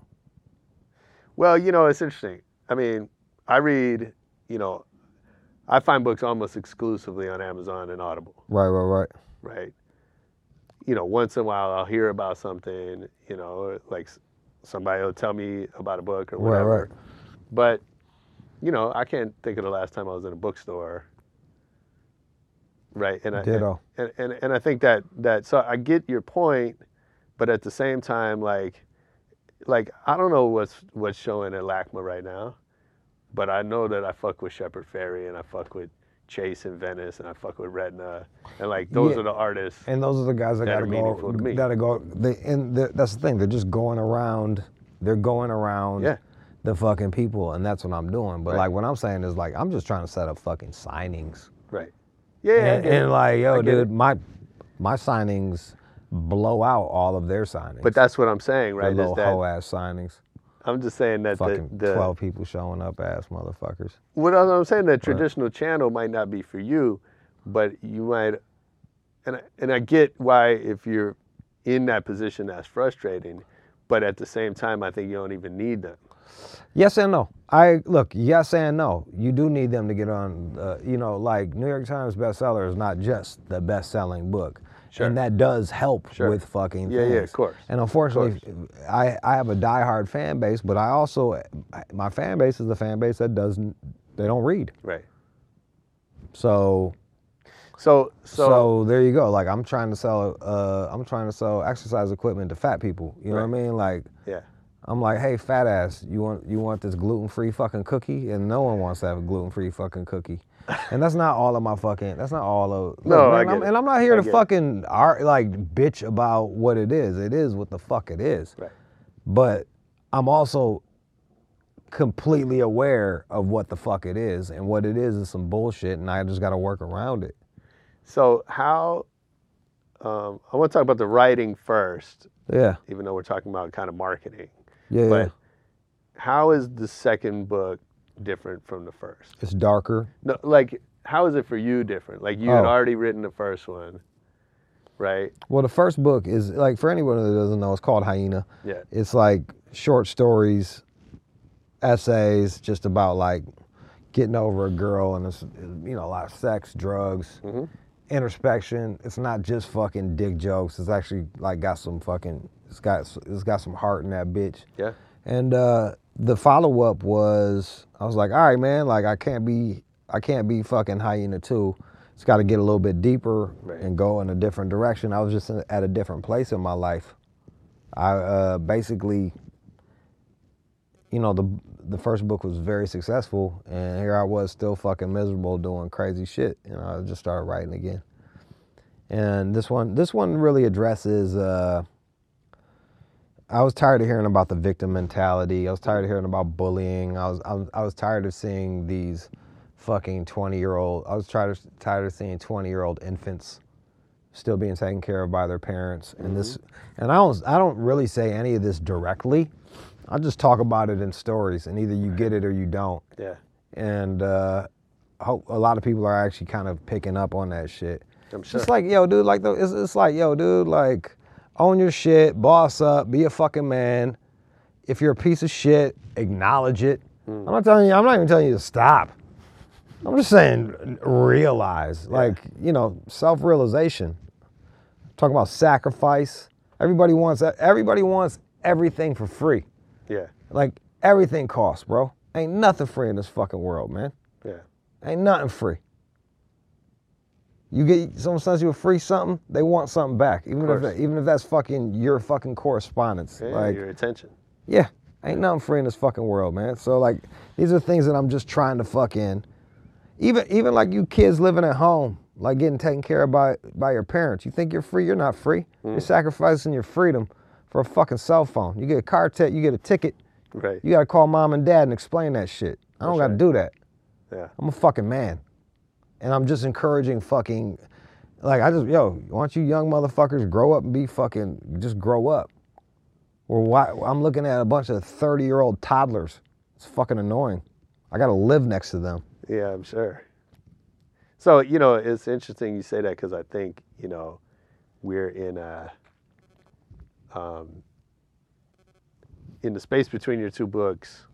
Speaker 9: Well, you know, it's interesting. I mean, I read, you know, I find books almost exclusively on Amazon and Audible,
Speaker 2: Right, right, right.
Speaker 9: right? You know, once in a while I'll hear about something, you know, like s- somebody will tell me about a book or
Speaker 2: Right,
Speaker 9: whatever.
Speaker 2: right.
Speaker 9: But, you know, I can't think of the last time I was in a bookstore. Right. And I,
Speaker 2: Ditto.
Speaker 9: And, and, and I think that, that, so I get your point, but at the same time, like, like I don't know what's what's showing at LACMA right now, but I know that I fuck with Shepard Ferry and I fuck with Chase and Venice and I fuck with Retina and like those
Speaker 2: Yeah.
Speaker 9: are the artists.
Speaker 2: And those are the guys that,
Speaker 9: that
Speaker 2: gotta
Speaker 9: are meaningful
Speaker 2: go.
Speaker 9: to me.
Speaker 2: Gotta go. They and the, that's the thing. They're just going around. They're going around.
Speaker 9: Yeah.
Speaker 2: The fucking people, and that's what I'm doing. But
Speaker 9: Right.
Speaker 2: like, what I'm saying is like, I'm just trying to set up fucking signings.
Speaker 9: Right. Yeah. I
Speaker 2: and,
Speaker 9: get it.
Speaker 2: and, like,
Speaker 9: I
Speaker 2: yo,
Speaker 9: get
Speaker 2: dude,
Speaker 9: it.
Speaker 2: my my signings blow out all of their signings.
Speaker 9: But that's what I'm saying,
Speaker 2: Their
Speaker 9: right? Is
Speaker 2: little
Speaker 9: that
Speaker 2: hoe ass signings.
Speaker 9: I'm just saying that the,
Speaker 2: Fucking
Speaker 9: the
Speaker 2: twelve people showing up, ass motherfuckers.
Speaker 9: what I'm I'm saying that traditional channel might not be for you, but you might, and I, and I get why if you're in that position that's frustrating, but at the same time I think you don't even need them.
Speaker 2: Yes and no. I look. Yes and no. You do need them to get on. Uh, you know, like New York Times bestseller is not just the best-selling book,
Speaker 9: Sure.
Speaker 2: and that does help with fucking
Speaker 9: Yeah, yeah,
Speaker 2: things.
Speaker 9: of course.
Speaker 2: And unfortunately, I I have a diehard fan base, but I also my fan base is the fan base that doesn't they don't read.
Speaker 9: Right.
Speaker 2: So
Speaker 9: So
Speaker 2: so,
Speaker 9: so,
Speaker 2: there you go. Like I'm trying to sell uh I'm trying to sell exercise equipment to fat people. You know what I mean? Like
Speaker 9: yeah.
Speaker 2: I'm like, hey, fat ass, you want you want this gluten free fucking cookie? And no one wants to have a gluten free fucking cookie. And that's not all of my fucking. That's not all of. Look,
Speaker 9: No, I
Speaker 2: man,
Speaker 9: get
Speaker 2: I'm,
Speaker 9: it.
Speaker 2: and I'm not here
Speaker 9: I
Speaker 2: to
Speaker 9: get it.
Speaker 2: fucking art like bitch about what it is. It is what the fuck it is.
Speaker 9: Right.
Speaker 2: But I'm also completely aware of what the fuck it is, and what it is is some bullshit, and I just got to work around it.
Speaker 9: So how? Um, I want to talk about the writing first,
Speaker 2: Yeah.
Speaker 9: even though we're talking about kind of marketing.
Speaker 2: Yeah.
Speaker 9: But
Speaker 2: yeah.
Speaker 9: how is the second book different from the first?
Speaker 2: It's darker.
Speaker 9: No, like how is it for you different? Like you had
Speaker 2: Oh.
Speaker 9: already written the first one, right?
Speaker 2: Well, the first book is like for anyone that doesn't know, it's called Hyena.
Speaker 9: Yeah.
Speaker 2: It's like short stories, essays, just about like getting over a girl and it's you know a lot of sex, drugs,
Speaker 9: Mm-hmm.
Speaker 2: introspection. It's not just fucking dick jokes. It's actually like got some fucking. It's got it's got some heart in that bitch.
Speaker 9: Yeah.
Speaker 2: And uh, the follow up was, I was like, all right, man, like I can't be, I can't be fucking hyena too. It's got to get a little bit deeper and go in a different direction. I was just in, at a different place in my life. I uh, basically, you know, the the first book was very successful, and here I was still fucking miserable doing crazy shit, and I just started writing again. And this one, this one really addresses. Uh, I was tired of hearing about the victim mentality. I was tired of hearing about bullying. I was I was, I was tired of seeing these fucking 20 year old. I was tired of, tired of seeing 20 year old infants still being taken care of by their parents. And this and I don't I don't really say any of this directly. I just talk about it in stories, and either you get it or you don't.
Speaker 9: Yeah.
Speaker 2: And uh, hope a lot of people are actually kind of picking up on that shit.
Speaker 9: I'm
Speaker 2: It's
Speaker 9: sure.
Speaker 2: Just like yo, dude, like the, it's, it's like yo, dude, like own your shit, boss up, be a fucking man. If you're a piece of shit, acknowledge it.
Speaker 9: Hmm.
Speaker 2: I'm not telling you. I'm not even telling you to stop. I'm just saying, realize, like you know, self-realization. Talking about sacrifice. Everybody wants. Everybody wants everything for free.
Speaker 9: yeah,
Speaker 2: Like everything costs, bro. Ain't nothing free in this fucking world, man.
Speaker 9: yeah.
Speaker 2: Ain't nothing free. You get someone sends you a free something, they want something back, even if
Speaker 9: course.
Speaker 2: that, even if that's fucking your fucking correspondence.
Speaker 9: Yeah,
Speaker 2: like,
Speaker 9: your attention.
Speaker 2: yeah, ain't nothing free in this fucking world, man. So like, these are things that I'm just trying to fucking, even even like you kids living at home, like getting taken care of by by your parents. You think you're free? You're not free.
Speaker 9: Hmm.
Speaker 2: You're sacrificing your freedom for a fucking cell phone. You get a car tech, you get a ticket.
Speaker 9: Right.
Speaker 2: You gotta call mom and dad and explain that shit. I don't gotta do that.
Speaker 9: Yeah.
Speaker 2: I'm a fucking man. And I'm just encouraging fucking, like, I just, yo, why don't you young motherfuckers grow up and be fucking, just grow up? Or why? I'm looking at a bunch of 30 year old toddlers. It's fucking annoying. I gotta live next to them.
Speaker 9: Yeah, I'm sure. So you know, it's interesting you say that because I think you know we're in a um, in the space between your two books.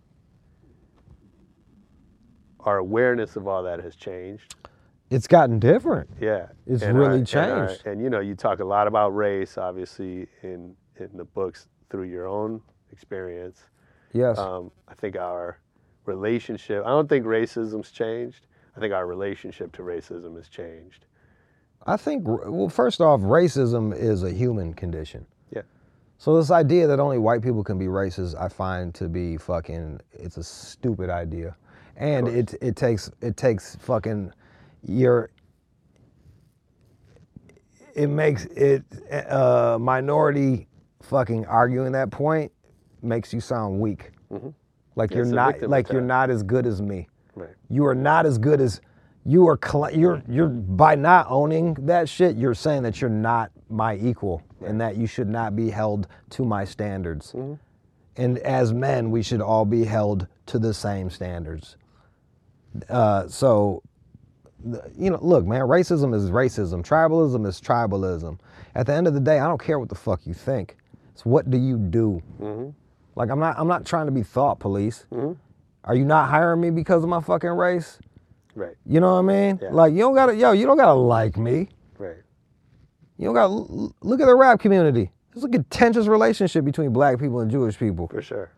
Speaker 9: Our awareness of all that has changed.
Speaker 2: It's gotten different.
Speaker 9: Yeah,
Speaker 2: It's
Speaker 9: our-
Speaker 2: really
Speaker 9: our-
Speaker 2: changed.
Speaker 9: and you know, you talk a lot about race, obviously, in in the books through your own experience.
Speaker 2: Yes.
Speaker 9: Um, I think our relationship. I don't think racism's changed. I think our relationship to racism has changed.
Speaker 2: I think, well, first off, racism is a human condition.
Speaker 9: Yeah.
Speaker 2: So this idea that only white people can be racist, I find to be fucking. It's a stupid idea, and it it takes it takes fucking your. It makes it uh, minority fucking arguing that point makes you sound weak. Like
Speaker 9: Mm-hmm. Yeah,
Speaker 2: you're
Speaker 9: it's a
Speaker 2: not
Speaker 9: victim
Speaker 2: like you're
Speaker 9: mentality.
Speaker 2: not as good as me.
Speaker 9: Right.
Speaker 2: You are not as good as you are. Cl- you're you're by not owning that shit. You're saying that you're not my equal and that you should not be held to my standards. And as men, we should all be held to the same standards. Uh, so, th- you know, look, man, racism is racism. Tribalism is tribalism. At the end of the day, I don't care what the fuck you think. It's what do you do? Like I'm not I'm not trying to be thought police. Are you not hiring me because of my fucking race?
Speaker 9: Right.
Speaker 2: You know what I mean? Like you don't gotta yo, you don't gotta like me.
Speaker 9: Right.
Speaker 2: You don't gotta l- look at the rap community. There's a contentious relationship between black people and Jewish people.
Speaker 9: For sure.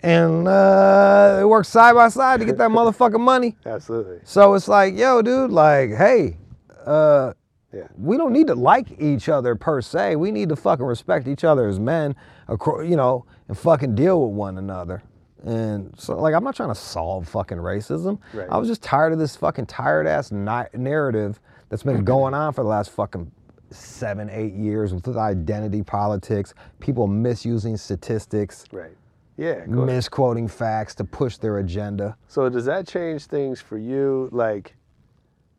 Speaker 2: And uh, they work side by side to get that motherfucking money.
Speaker 9: Absolutely.
Speaker 2: So it's like, yo, dude, like, hey, uh,
Speaker 9: Yeah.
Speaker 2: we don't need to like each other per se. We need to fucking respect each other as men, acro- you know, and fucking deal with one another. And so, like, I'm not trying to solve fucking racism.
Speaker 9: Right.
Speaker 2: I was just tired of this fucking tired ass ni- narrative that's been going on for the last fucking seven, eight years with identity politics, people misusing statistics,
Speaker 9: Right. Yeah.
Speaker 2: Mm.
Speaker 9: Go ahead.
Speaker 2: misquoting facts to push their agenda.
Speaker 9: So does that change things for you? Like,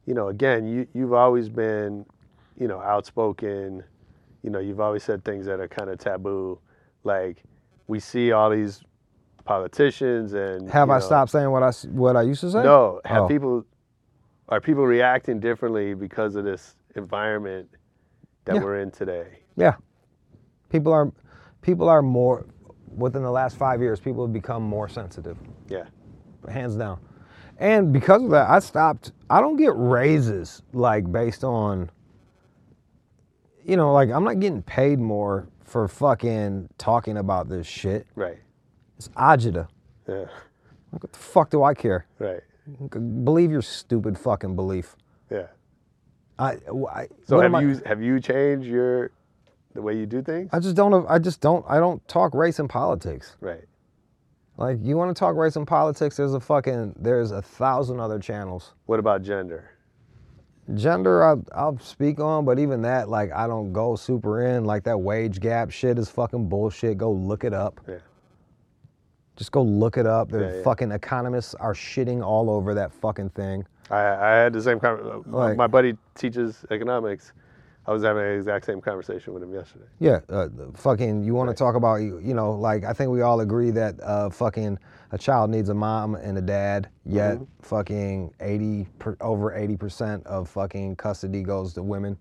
Speaker 9: you know, again, you you've always been, you know, outspoken. You know, you've always said things that are kind of taboo. Like, we see all these politicians and
Speaker 2: Have
Speaker 9: you
Speaker 2: I
Speaker 9: know-
Speaker 2: stopped saying what I s- what I used to say?
Speaker 9: No, have
Speaker 2: Oh.
Speaker 9: people are people reacting differently because of this environment that
Speaker 2: Yeah.
Speaker 9: we're in today?
Speaker 2: Yeah. People are people are more within the last 5 years people have become more sensitive,
Speaker 9: Yeah.
Speaker 2: hands down. And because of that, I stopped I don't get raises like based on you know, like I'm not getting paid more for fucking talking about this shit.
Speaker 9: Right.
Speaker 2: It's agita.
Speaker 9: Yeah.
Speaker 2: Like, what the fuck do I care?
Speaker 9: Right.
Speaker 2: Believe your stupid fucking belief.
Speaker 9: Yeah.
Speaker 2: I, I what
Speaker 9: So have
Speaker 2: am I-
Speaker 9: you have you changed your the way you do things?
Speaker 2: I just don't I just don't I don't talk race and politics.
Speaker 9: Right.
Speaker 2: Like you want to talk race and politics? There's a fucking there's a thousand other channels.
Speaker 9: What about gender?
Speaker 2: Gender, I, I'll speak on, but even that, like, I don't go super in. Like that wage gap shit is fucking bullshit. Go look it up.
Speaker 9: Yeah.
Speaker 2: Just go look it up. The
Speaker 9: Yeah, yeah.
Speaker 2: fucking economists are shitting all over that fucking thing.
Speaker 9: I, I had the same conversation.
Speaker 2: Like-
Speaker 9: my buddy teaches economics. I was having the exact same conversation with him yesterday.
Speaker 2: Yeah, uh, the fucking. You want to talk about you you know like I think we all agree that uh, fucking a child needs a mom and a dad. Yet
Speaker 9: Mm-hmm.
Speaker 2: fucking eighty per, over eighty percent of fucking custody goes to women.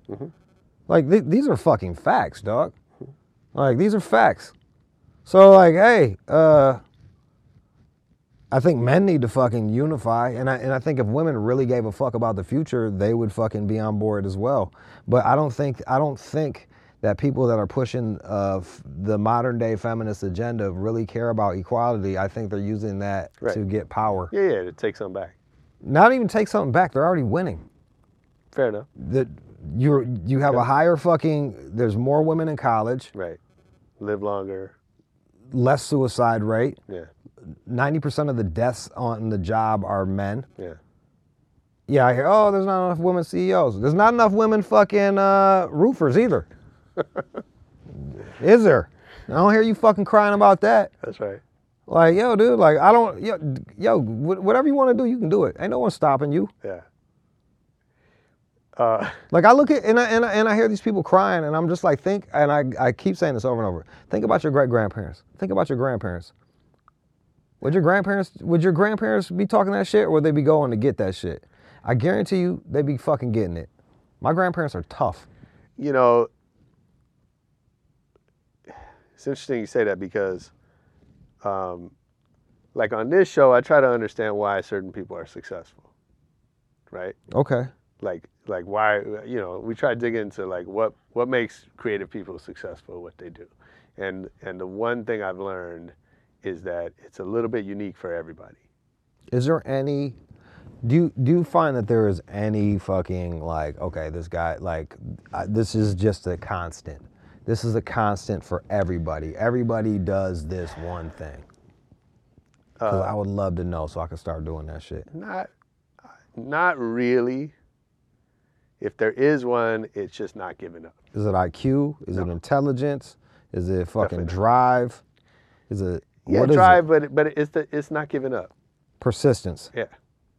Speaker 2: Like th- these are fucking facts, dog. Like these are facts. So like, hey, uh, I think men need to fucking unify, and I and I think if women really gave a fuck about the future, they would fucking be on board as well. But I don't think I don't think that people that are pushing uh, f- the modern day feminist agenda really care about equality. I think they're using that
Speaker 9: Right.
Speaker 2: to get power.
Speaker 9: Yeah, yeah, to take some back.
Speaker 2: Not even take something back. They're already winning.
Speaker 9: Fair enough.
Speaker 2: That you're you have a higher fucking. There's more women in college.
Speaker 9: Right. Live longer.
Speaker 2: Less suicide rate.
Speaker 9: Yeah.
Speaker 2: Ninety percent of the deaths on the job are men.
Speaker 9: Yeah.
Speaker 2: Yeah, I hear. Oh, there's not enough women CEOs. There's not enough women fucking uh, roofers either. Is there? I don't hear you fucking crying about that.
Speaker 9: That's right.
Speaker 2: Like, yo, dude, like, I don't, yo, d- yo wh- whatever you want to do, you can do it. Ain't no one stopping you.
Speaker 9: Yeah. Uh,
Speaker 2: Like, I look at, and I, and I, and I hear these people crying, and I'm just like, think, and I, I keep saying this over and over. Think about your great grandparents. Think about your grandparents. Would your grandparents, would your grandparents be talking that shit, or would they be going to get that shit? I guarantee you, they be fucking getting it. My grandparents are tough.
Speaker 9: you know, it's interesting you say that because, um, like on this show, I try to understand why certain people are successful, right?
Speaker 2: Okay.
Speaker 9: Like, like why you know we try to dig into like what what makes creative people successful, what they do, and and the one thing I've learned is that it's a little bit unique for everybody.
Speaker 2: Is there any? Do you, do you find that there is any fucking like okay this guy like I, this is just a constant this is a constant for everybody everybody does this one thing 'Cause
Speaker 9: Uh,
Speaker 2: I would love to know so I can start doing that shit
Speaker 9: Not, not really. If there is one, it's just not giving up.
Speaker 2: is it IQ is it intelligence is it fucking drive is it
Speaker 9: Yeah,
Speaker 2: what is it?
Speaker 9: drive, but but it's the it's not giving up.
Speaker 2: persistence
Speaker 9: Yeah,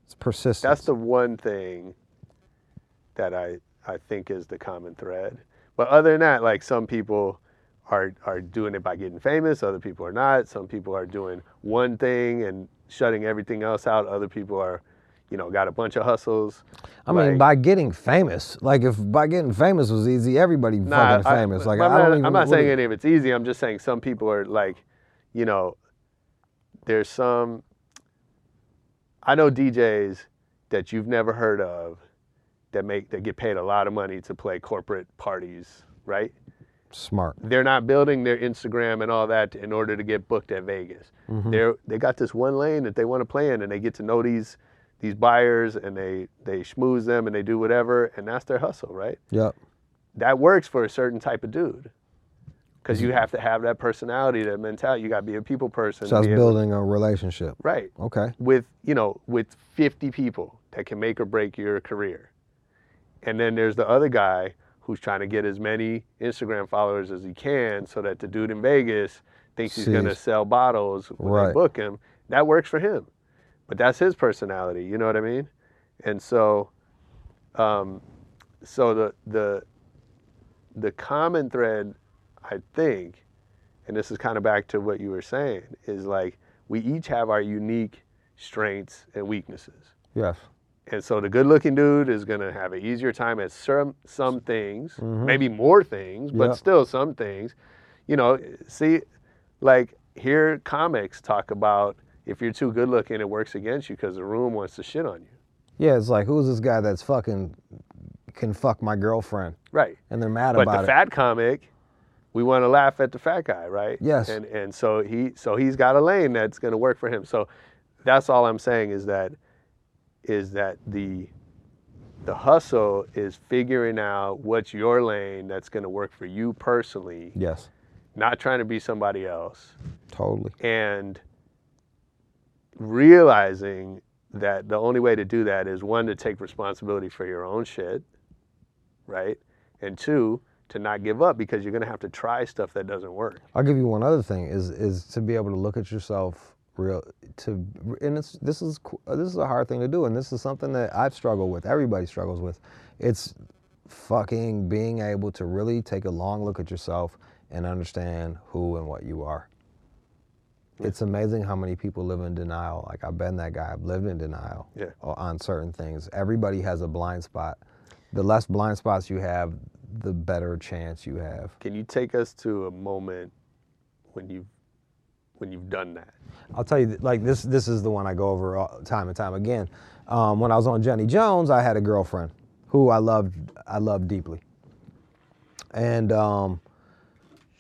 Speaker 2: it's persistence
Speaker 9: that's the one thing that I I think is the common thread. But other than that, like some people are are doing it by getting famous, other people are not. Some people are doing one thing and shutting everything else out. Other people are, you know, got a bunch of hustles.
Speaker 2: I mean by getting famous like if by getting famous was easy everybody
Speaker 9: Nah,
Speaker 2: fucking famous like
Speaker 9: I'm
Speaker 2: I don't
Speaker 9: not,
Speaker 2: even
Speaker 9: I'm not
Speaker 2: what
Speaker 9: saying
Speaker 2: do-
Speaker 9: any of it's easy. I'm just saying some people are like, you know, there's some. I know DJs that you've never heard of that make that get paid a lot of money to play corporate parties, right?
Speaker 2: smart
Speaker 9: They're not building their Instagram and all that in order to get booked at Vegas.
Speaker 2: Mhm.
Speaker 9: They're they got this one lane that they want to play in, and they get to know these these buyers, and they they schmooze them, and they do whatever, and that's their hustle, right?
Speaker 2: yep
Speaker 9: that works for a certain type of dude because you have to have that personality that mentality you got to be a people person
Speaker 2: Mm-hmm. So that's
Speaker 9: be able-
Speaker 2: building a relationship.
Speaker 9: right
Speaker 2: Okay.
Speaker 9: with you know with 50 people that can make or break your career and then there's the other guy who's trying to get as many instagram followers as he can so that the dude in vegas thinks he's going to
Speaker 2: Sees.
Speaker 9: sell bottles when they
Speaker 2: Right.
Speaker 9: book him that works for him but that's his personality you know what i mean and so um, so the the the common thread i think and this is kind of back to what you were saying is like we each have our unique strengths and weaknesses
Speaker 2: Yes.
Speaker 9: and so the good looking dude is going to have an easier time at some some things
Speaker 2: Mhm.
Speaker 9: maybe more things but
Speaker 2: Yeah.
Speaker 9: still some things you know see like hear comics talk about if you're too good looking it works against you because the room wants to shit on you
Speaker 2: Yeah, it's like who's this guy that's fucking can fuck my girlfriend
Speaker 9: right
Speaker 2: and they're mad
Speaker 9: but
Speaker 2: about
Speaker 9: the
Speaker 2: it.
Speaker 9: fat comic we want to laugh at the fat guy right
Speaker 2: Yes.
Speaker 9: and and so he so he's got a lane that's going to work for him so that's all i'm saying is that is that the the hustle is figuring out what's your lane that's going to work for you personally
Speaker 2: yes.
Speaker 9: not trying to be somebody else
Speaker 2: Totally.
Speaker 9: and realizing that the only way to do that is one to take responsibility for your own shit right and two to not give up because you're going to have to try stuff that doesn't work
Speaker 2: I'll give you one other thing is is to be able to look at yourself real to and it's this is qu- uh, this is a hard thing to do and this is something that I've struggled with. Everybody struggles with. It's fucking being able to really take a long look at yourself and understand who and what you are. It's amazing how many people live in denial. Like I've been that guy. I've lived in denial
Speaker 9: Yeah.
Speaker 2: o- on certain things. Everybody has a blind spot. The less blind spots you have, the better chance you have.
Speaker 9: can you take us to a moment when you when you've done that
Speaker 2: I'll tell you, th- like this, this is the one I go over all, time and time again. Um, when I was on Jenny Jones, I had a girlfriend who I loved, I loved deeply, and um,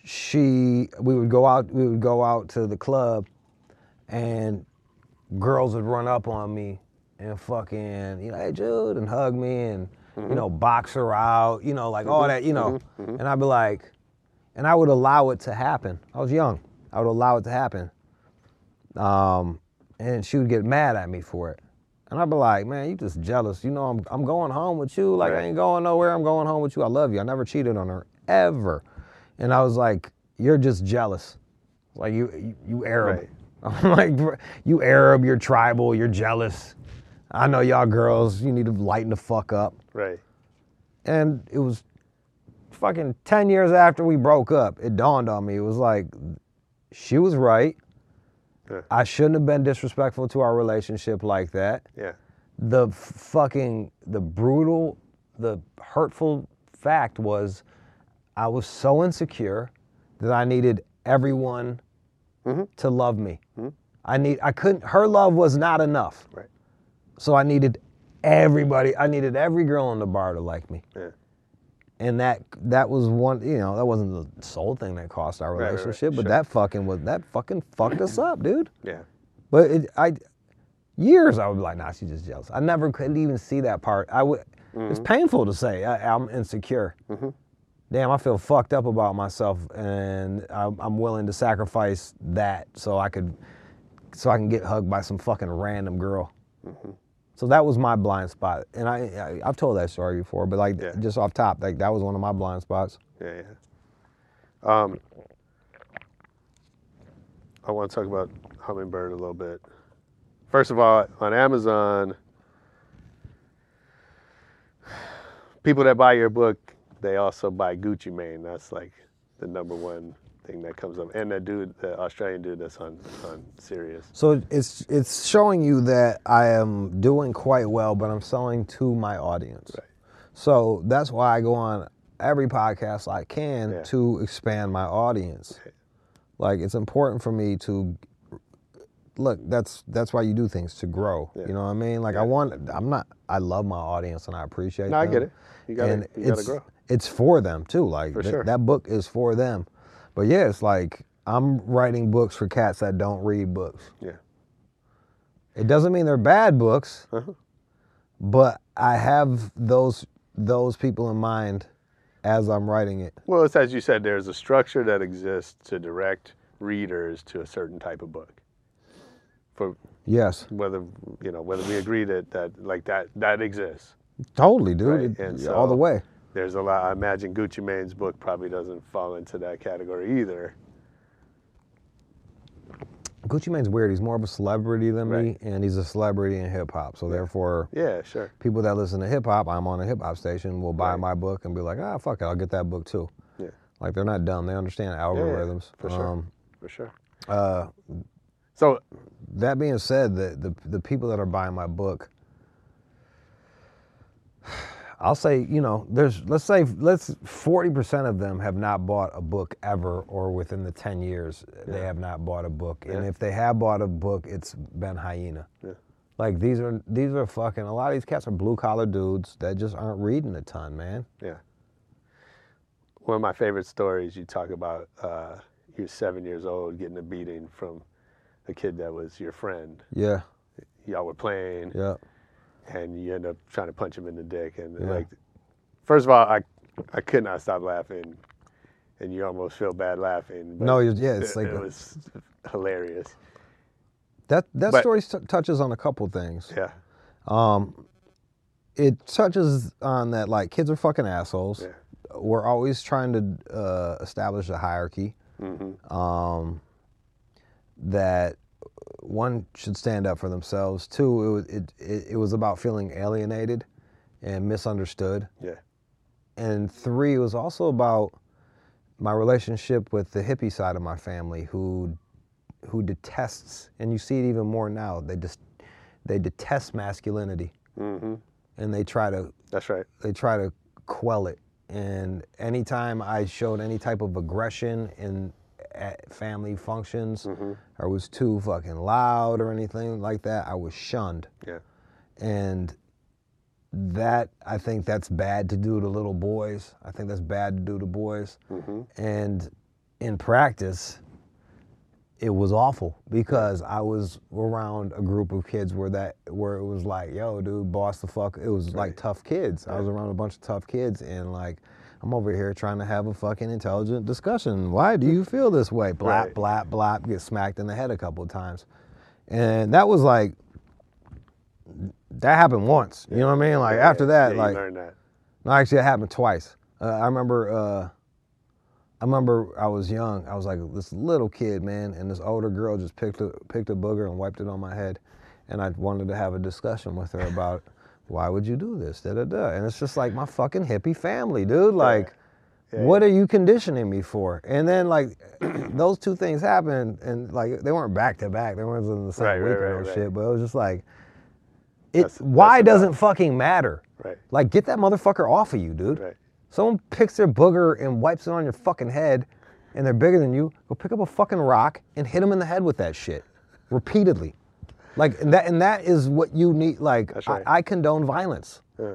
Speaker 2: she, we would go out, we would go out to the club, and girls would run up on me and fucking, you know, hey Jude, and hug me, and you know, box her out, you know, like all that, you know. And I'd be like, and I would allow it to happen. I was young. I would allow it to happen. Um, and she would get mad at me for it. And I'd be like, man, you just jealous. You know, I'm, I'm going home with you. Like, I ain't going nowhere. I'm going home with you. I love you. I never cheated on her, ever. And I was like, you're just jealous. Like, you, you, you Arab. I'm like, "Bro, you Arab, you're tribal, you're jealous. I know y'all girls, you need to lighten the fuck up.
Speaker 9: Right.
Speaker 2: And it was fucking 10 years after we broke up, it dawned on me. It was like, she was right.
Speaker 9: Yeah.
Speaker 2: I shouldn't have been disrespectful to our relationship like that.
Speaker 9: Yeah.
Speaker 2: The f- fucking, the brutal, the hurtful fact was I was so insecure that I needed everyone
Speaker 9: Mm-hmm.
Speaker 2: to love me. I need, I couldn't, her love was not enough.
Speaker 9: Right.
Speaker 2: So I needed everybody, I needed every girl in the bar to like me
Speaker 9: Yeah.
Speaker 2: and that that was one you know that wasn't the sole thing that cost our
Speaker 9: Right, right, right.
Speaker 2: relationship but
Speaker 9: Sure.
Speaker 2: that fucking was that fucking fucked us up dude
Speaker 9: Yeah.
Speaker 2: but it, i years i would be like nah she's just jealous i never could even see that part i would it's
Speaker 9: Mhm.
Speaker 2: painful to say I, i'm insecure
Speaker 9: Mhm.
Speaker 2: damn i feel fucked up about myself and I'm, I'm willing to sacrifice that so i could so i can get hugged by some fucking random girl so that was my blind spot, and I, I I've told that story before, but like just off top, like that was one of my blind spots.
Speaker 9: Yeah, yeah. Um, I want to talk about Hummingbird a little bit. First of all, on Amazon, people that buy your book, they also buy Gucci Mane. That's like the number one thing that comes up. And that dude, the Australian dude that's on on Sirius.
Speaker 2: So it's it's showing you that I am doing quite well, but I'm selling to my audience. So that's why I go on every podcast I can to expand my audience. Like it's important for me to look. That's that's why you do things to grow. You know what I mean? Like I want. I'm not. I love my audience and I appreciate.
Speaker 9: No, I
Speaker 2: them.
Speaker 9: get it. You gotta-
Speaker 2: And
Speaker 9: you gotta
Speaker 2: it's-
Speaker 9: grow.
Speaker 2: It's for them too. Like
Speaker 9: For
Speaker 2: th-
Speaker 9: sure.
Speaker 2: that book is for them. But yeah, it's like I'm writing books for cats that don't read books.
Speaker 9: Yeah.
Speaker 2: It doesn't mean they're bad books,
Speaker 9: Uh-huh.
Speaker 2: but I have those those people in mind as I'm writing it.
Speaker 9: Well, it's as you said, there's a structure that exists to direct readers to a certain type of book. For
Speaker 2: Yes,
Speaker 9: whether you know whether we agree that that like that that exists.
Speaker 2: totally, dude.
Speaker 9: Right,
Speaker 2: It-
Speaker 9: and
Speaker 2: yeah, all the
Speaker 9: so-
Speaker 2: way.
Speaker 9: There's a lot. I imagine Gucci Mane's book probably doesn't fall into that category either.
Speaker 2: Gucci Mane's weird. He's more of a celebrity than me, and he's a celebrity in hip hop. So therefore,
Speaker 9: Yeah, sure.
Speaker 2: people that listen to hip hop, I'm on a hip hop station, will buy my book and be like, ah, fuck it, I'll get that book too.
Speaker 9: Yeah.
Speaker 2: Like they're not dumb. They understand
Speaker 9: yeah,
Speaker 2: algorithms. Um,
Speaker 9: for sure. For sure.
Speaker 2: Uh,
Speaker 9: so
Speaker 2: that being said, the, the the people that are buying my book, I'll say you know there's let's say let's forty percent of them have not bought a book ever or within the ten years they have not bought a book, and
Speaker 9: Yeah.
Speaker 2: if they have bought a book, it's been hyena.
Speaker 9: Yeah.
Speaker 2: Like these are these are fucking a lot of these cats are blue collar dudes that just aren't reading a ton, man.
Speaker 9: Yeah. One of my favorite stories you talk about uh, you're seven years old getting a beating from a kid that was your friend.
Speaker 2: Yeah,
Speaker 9: Y'all were playing.
Speaker 2: yeah.
Speaker 9: and you end up trying to punch him in the dick. And
Speaker 2: Yeah.
Speaker 9: like, first of all, I I could not stop laughing, and you almost feel bad laughing. but
Speaker 2: No, you're- yeah, it's
Speaker 9: it,
Speaker 2: like
Speaker 9: it
Speaker 2: a-
Speaker 9: was hilarious.
Speaker 2: That that
Speaker 9: But-
Speaker 2: story t- touches on a couple things.
Speaker 9: Yeah,
Speaker 2: Um, it touches on that like kids are fucking assholes. We're always trying to uh, establish a hierarchy. Um, that one should stand up for themselves. Two, it, was- it it it was about feeling alienated and misunderstood.
Speaker 9: yeah,
Speaker 2: And three, it was also about my relationship with the hippie side of my family who who detests and you see it even more now they just they detest masculinity
Speaker 9: mm-hmm.
Speaker 2: and they try to
Speaker 9: that's right
Speaker 2: they try to quell it and anytime i showed any type of aggression in at family functions or was too fucking loud or anything like that i was shunned
Speaker 9: yeah,
Speaker 2: and that I think that's bad to do to little boys. I think that's bad to do to boys. And in practice, it was awful because I was around a group of kids where that where it was like, yo, dude, boss the fuck. It was like tough kids. I was around a bunch of tough kids and like I'm over here trying to have a fucking intelligent discussion. Why do you feel this way? Blap,
Speaker 9: Right.
Speaker 2: blap, blap, get smacked in the head a couple of times. And that was like that happened once. You know what I mean? Like after that,
Speaker 9: yeah,
Speaker 2: like
Speaker 9: you learned that.
Speaker 2: no, actually, it happened twice. Uh, I remember, uh, I remember I was young. I was like this little kid, man, and this older girl just picked a, picked a booger and wiped it on my head, and I wanted to have a discussion with her about why would you do this, da da da. And it's just like my fucking hippie family, dude. Like, what are you conditioning me for? And then like, those two things happened, and like they weren't back to back. They weren't in the same
Speaker 9: Right, right,
Speaker 2: weekend or
Speaker 9: right, right.
Speaker 2: shit. But it was just like, it. why doesn't fucking matter?
Speaker 9: Right.
Speaker 2: Like, get that motherfucker off of you, dude.
Speaker 9: Right.
Speaker 2: Someone picks their booger and wipes it on your fucking head, and they're bigger than you. Go pick up a fucking rock and hit them in the head with that shit, repeatedly. Like and that, and that is what you need. Like, I, I condone violence.
Speaker 9: Yeah.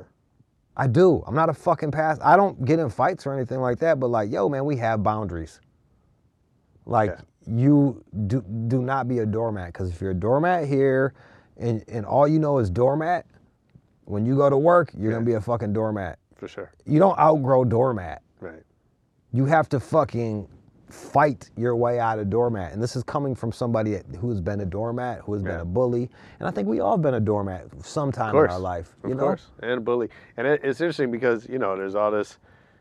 Speaker 2: I do. I'm not a fucking pass. I don't get in fights or anything like that. But like, yo, man, we have boundaries. Like, you do do not be a doormat. Because if you're a doormat here, and and all you know is doormat, when you go to work, you're gonna be a fucking doormat.
Speaker 9: For sure.
Speaker 2: You don't outgrow doormat.
Speaker 9: Right.
Speaker 2: You have to fucking fight your way out of doormat. And this is coming from somebody that- who's been a doormat, who has been a bully. And I think we all been a doormat sometime in our life. You
Speaker 9: of
Speaker 2: know?
Speaker 9: course, and bully, and it, it's interesting because you know there's all this,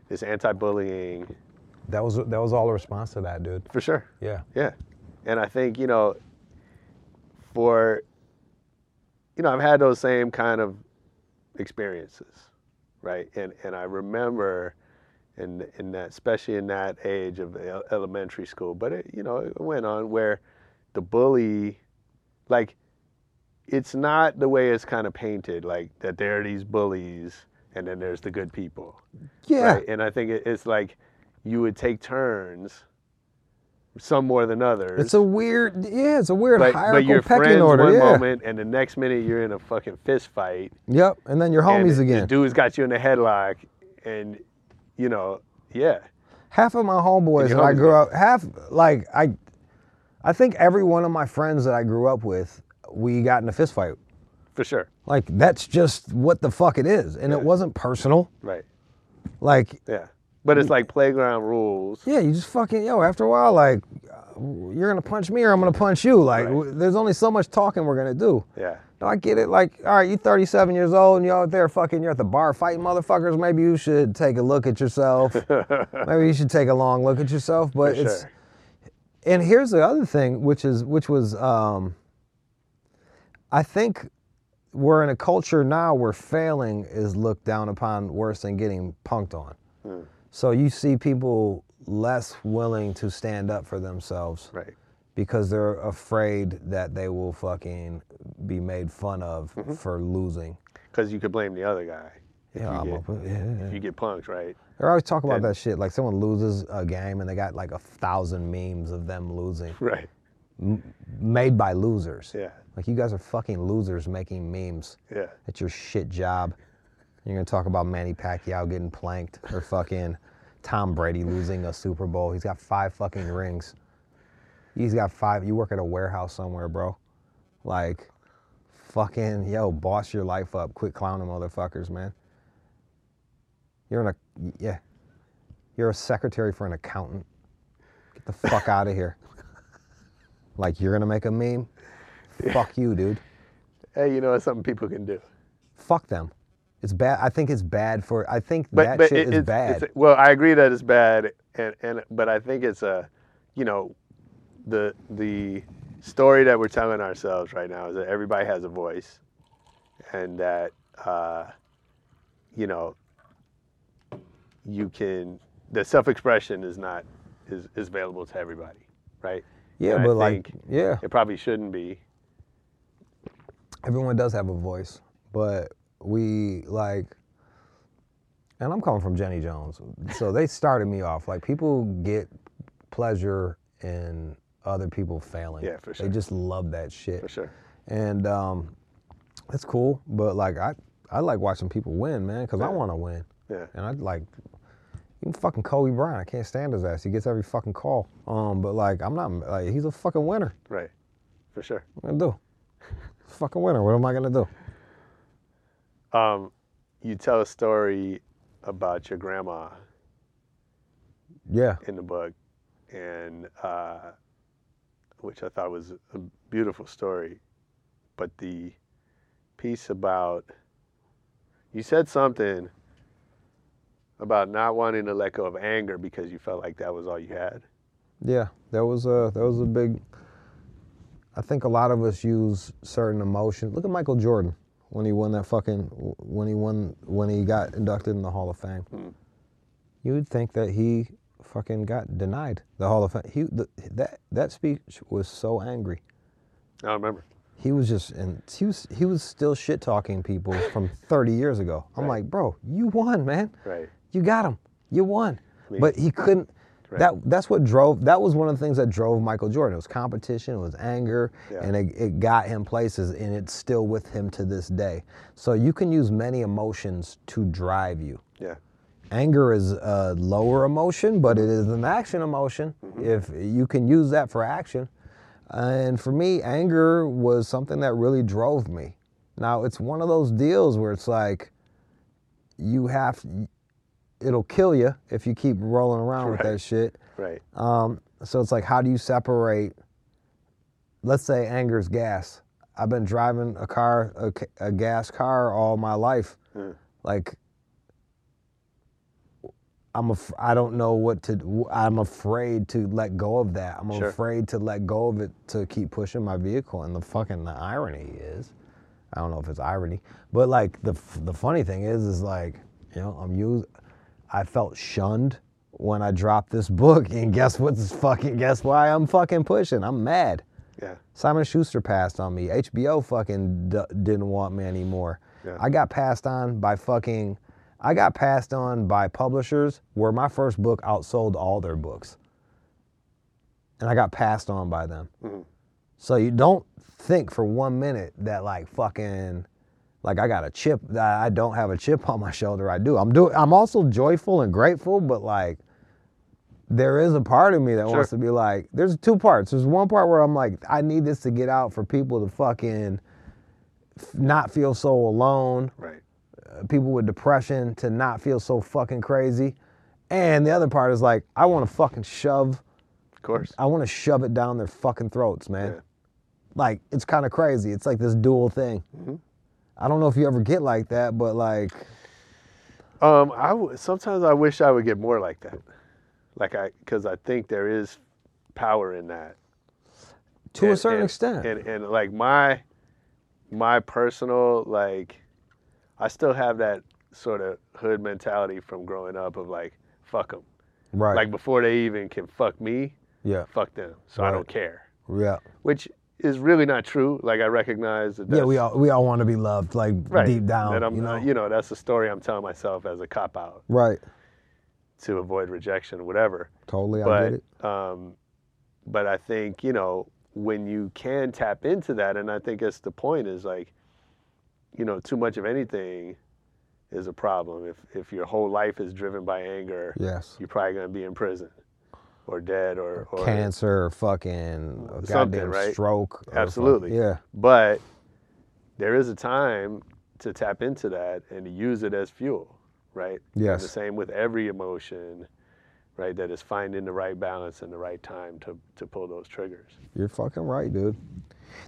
Speaker 9: this anti-bullying
Speaker 2: That was that was all a response to that, dude.
Speaker 9: for sure.
Speaker 2: Yeah.
Speaker 9: Yeah. And I think, you know, for, you know, I've had those same kind of experiences, right? And, and I remember in, in that, especially in that age of el- elementary school, but it, you know, it went on where the bully, like, it's not the way it's kind of painted, like that there are these bullies and then there's the good people.
Speaker 2: Yeah.
Speaker 9: Right? And I think it, it's like you would take turns, some more than others.
Speaker 2: It's a weird, yeah, it's a weird
Speaker 9: but, but
Speaker 2: hierarchical
Speaker 9: you're
Speaker 2: pecking
Speaker 9: friends
Speaker 2: order.
Speaker 9: one
Speaker 2: yeah.
Speaker 9: moment, and the next minute you're in a fucking fist fight.
Speaker 2: Yep, and then your
Speaker 9: and
Speaker 2: homies
Speaker 9: the-
Speaker 2: again.
Speaker 9: The dude's got you in the headlock, and you know, yeah,
Speaker 2: half of my homeboys
Speaker 9: your
Speaker 2: that I
Speaker 9: homies
Speaker 2: grew up half like I I think every one of my friends that I grew up with, we got in a fist fight.
Speaker 9: for sure,
Speaker 2: Like that's just what the fuck it is. And it wasn't personal.
Speaker 9: right,
Speaker 2: Like,
Speaker 9: yeah. But it's like playground rules.
Speaker 2: Mm. yeah, you just fucking yo, after a while, like uh, you're gonna punch me or I'm gonna punch you. Like w- there's only so much talking we're gonna do.
Speaker 9: Yeah,
Speaker 2: No, I get it. Like, all right, you're 37 years old and you're out there fucking, you're at the bar fighting motherfuckers. Maybe you should take a look at yourself. Maybe you should take a long look at yourself. But
Speaker 9: For
Speaker 2: it's,
Speaker 9: sure.
Speaker 2: and here's the other thing, which is, which was, um, I think we're in a culture now where failing is looked down upon worse than getting punked on.
Speaker 9: Hmm.
Speaker 2: So you see people less willing to stand up for themselves
Speaker 9: right.
Speaker 2: because they're afraid that they will fucking be made fun of for losing.
Speaker 9: Because you could blame the other guy. Mm-hmm. If
Speaker 2: Yeah,
Speaker 9: you
Speaker 2: I'm
Speaker 9: get,
Speaker 2: open- yeah,
Speaker 9: If you get punked, right?
Speaker 2: I always talk about that shit. Like someone loses a game and they got like a thousand memes of them losing,
Speaker 9: Right.
Speaker 2: m- made by losers.
Speaker 9: Yeah.
Speaker 2: Like you guys are fucking losers making memes.
Speaker 9: Yeah.
Speaker 2: It's your shit job. You're gonna talk about Manny Pacquiao getting planked or fucking Tom Brady losing a Super Bowl. He's got five fucking rings. He's got five. You work at a warehouse somewhere, bro. Like, fucking, yo, boss your life up. Quit clowning motherfuckers, man. You're in a yeah. You're a secretary for an accountant. Get the fuck out of here. Like you're gonna make a meme? Fuck you, dude
Speaker 9: Hey, you know, it's something people can do.
Speaker 2: fuck them. It's bad. I think it's bad for. I think that
Speaker 9: it-
Speaker 2: shit is
Speaker 9: it's-
Speaker 2: bad.
Speaker 9: it's- well, I agree that it's bad, and, and but I think it's a, you know, the the story that we're telling ourselves right now is that everybody has a voice, and that uh, you know, you can the self expression is not is, is available to everybody, right?
Speaker 2: Yeah,
Speaker 9: And I
Speaker 2: but, like,
Speaker 9: think
Speaker 2: yeah.
Speaker 9: it probably shouldn't be.
Speaker 2: Everyone does have a voice, but we like. And I'm coming from Jenny Jones, so they started me off like people get pleasure in other people failing.
Speaker 9: Yeah, for
Speaker 2: They
Speaker 9: sure.
Speaker 2: just love that shit.
Speaker 9: For sure.
Speaker 2: And um, that's cool, but like I, I like watching people win, man, because I want to win.
Speaker 9: Yeah.
Speaker 2: And I like Even fucking Kobe Bryant, I can't stand his ass. He gets every fucking call. Um, but like, I'm not like he's a fucking winner.
Speaker 9: Right. For sure.
Speaker 2: What am I gonna do? fucking winner. What am I gonna do?
Speaker 9: Um, you tell a story about your grandma
Speaker 2: Yeah.
Speaker 9: in the book, and uh, which I thought was a beautiful story. But the piece about you said something about not wanting to let go of anger because you felt like that was all you had.
Speaker 2: Yeah, that was a that was a big. I think a lot of us use certain emotions. Look at Michael Jordan when he won that fucking when he won when he got inducted in the Hall of Fame. You would think that he fucking got denied the Hall of Fame. He the, that that speech was so angry.
Speaker 9: I remember.
Speaker 2: He was just and he was he was still shit talking people from 30 years ago. I'm like, bro, you won, man.
Speaker 9: Right.
Speaker 2: You got him. You won. But he couldn't. That that's what drove. That was one of the things that drove Michael Jordan. It was competition. It was anger,
Speaker 9: Yeah.
Speaker 2: and it, it got him places, and it's still with him to this day. So you can use many emotions to drive you.
Speaker 9: Yeah.
Speaker 2: Anger is a lower emotion, but it is an action emotion. If you can use that for action, and for me, anger was something that really drove me. Now it's one of those deals where it's like you have it'll kill you if you keep rolling around with that shit.
Speaker 9: Right.
Speaker 2: Um, so it's like, how do you separate? Let's say anger's gas. I've been driving a car, a, ca- a gas car, all my life.
Speaker 9: Mm.
Speaker 2: Like, I'm af- I don't know what to. do. I'm afraid to let go of that. I'm
Speaker 9: Sure.
Speaker 2: afraid to let go of it to keep pushing my vehicle. And the fucking the irony is, I don't know if it's irony, but like the f- the funny thing is, is like you know I'm used. I felt shunned when I dropped this book, and guess what's fucking guess why I'm fucking pushing? I'm mad.
Speaker 9: Yeah.
Speaker 2: Simon Schuster passed on me. HBO fucking d- didn't want me anymore.
Speaker 9: Yeah.
Speaker 2: I got passed on by fucking. I got passed on by publishers where my first book outsold all their books. And I got passed on by them. So you don't think for one minute that like fucking like I got a chip that I don't have a chip on my shoulder. I do. I'm do I'm also joyful and grateful, but like there is a part of me that wants to be like there's two parts. There's one part where I'm like I need this to get out for people to fucking f- not feel so alone.
Speaker 9: Right.
Speaker 2: uh, People with depression to not feel so fucking crazy. And the other part is like I want to fucking shove
Speaker 9: Of course.
Speaker 2: I want to shove it down their fucking throats, man. Like it's kind of crazy. It's like this dual thing.
Speaker 9: Mm-hmm.
Speaker 2: I don't know if you ever get like that, but like
Speaker 9: Um, I w- sometimes I wish I would get more like that, like I, because I think there is power in that
Speaker 2: to a
Speaker 9: And-
Speaker 2: certain
Speaker 9: and-
Speaker 2: extent.
Speaker 9: And and like my, my personal like, I still have that sort of hood mentality from growing up of like fuck them,
Speaker 2: right.
Speaker 9: like before they even can fuck me,
Speaker 2: yeah.
Speaker 9: fuck them, so I
Speaker 2: Right.
Speaker 9: don't care,
Speaker 2: Yeah.
Speaker 9: which is really not true. Like I recognize that.
Speaker 2: Yeah, we
Speaker 9: that's-
Speaker 2: all we all want to be loved like
Speaker 9: right,
Speaker 2: deep down,
Speaker 9: That I'm,
Speaker 2: you know.
Speaker 9: you know, that's the story I'm telling myself as a cop out
Speaker 2: Right.
Speaker 9: to avoid rejection, whatever.
Speaker 2: Totally, I
Speaker 9: but
Speaker 2: get it.
Speaker 9: um, but I think you know when you can tap into that, and I think that's the point is like, you know, too much of anything is a problem. If if your whole life is driven by anger,
Speaker 2: Yes.
Speaker 9: you're probably gonna be in prison, or dead, or, or
Speaker 2: Cancer, or fucking a
Speaker 9: Something,
Speaker 2: goddamn
Speaker 9: right?
Speaker 2: stroke. or fuck-
Speaker 9: Absolutely.
Speaker 2: yeah.
Speaker 9: But there is a time to tap into that and to use it as fuel, right? And
Speaker 2: Yes.
Speaker 9: the same with every emotion, right? That is finding the right balance and the right time to, to pull those triggers.
Speaker 2: You're fucking right, dude.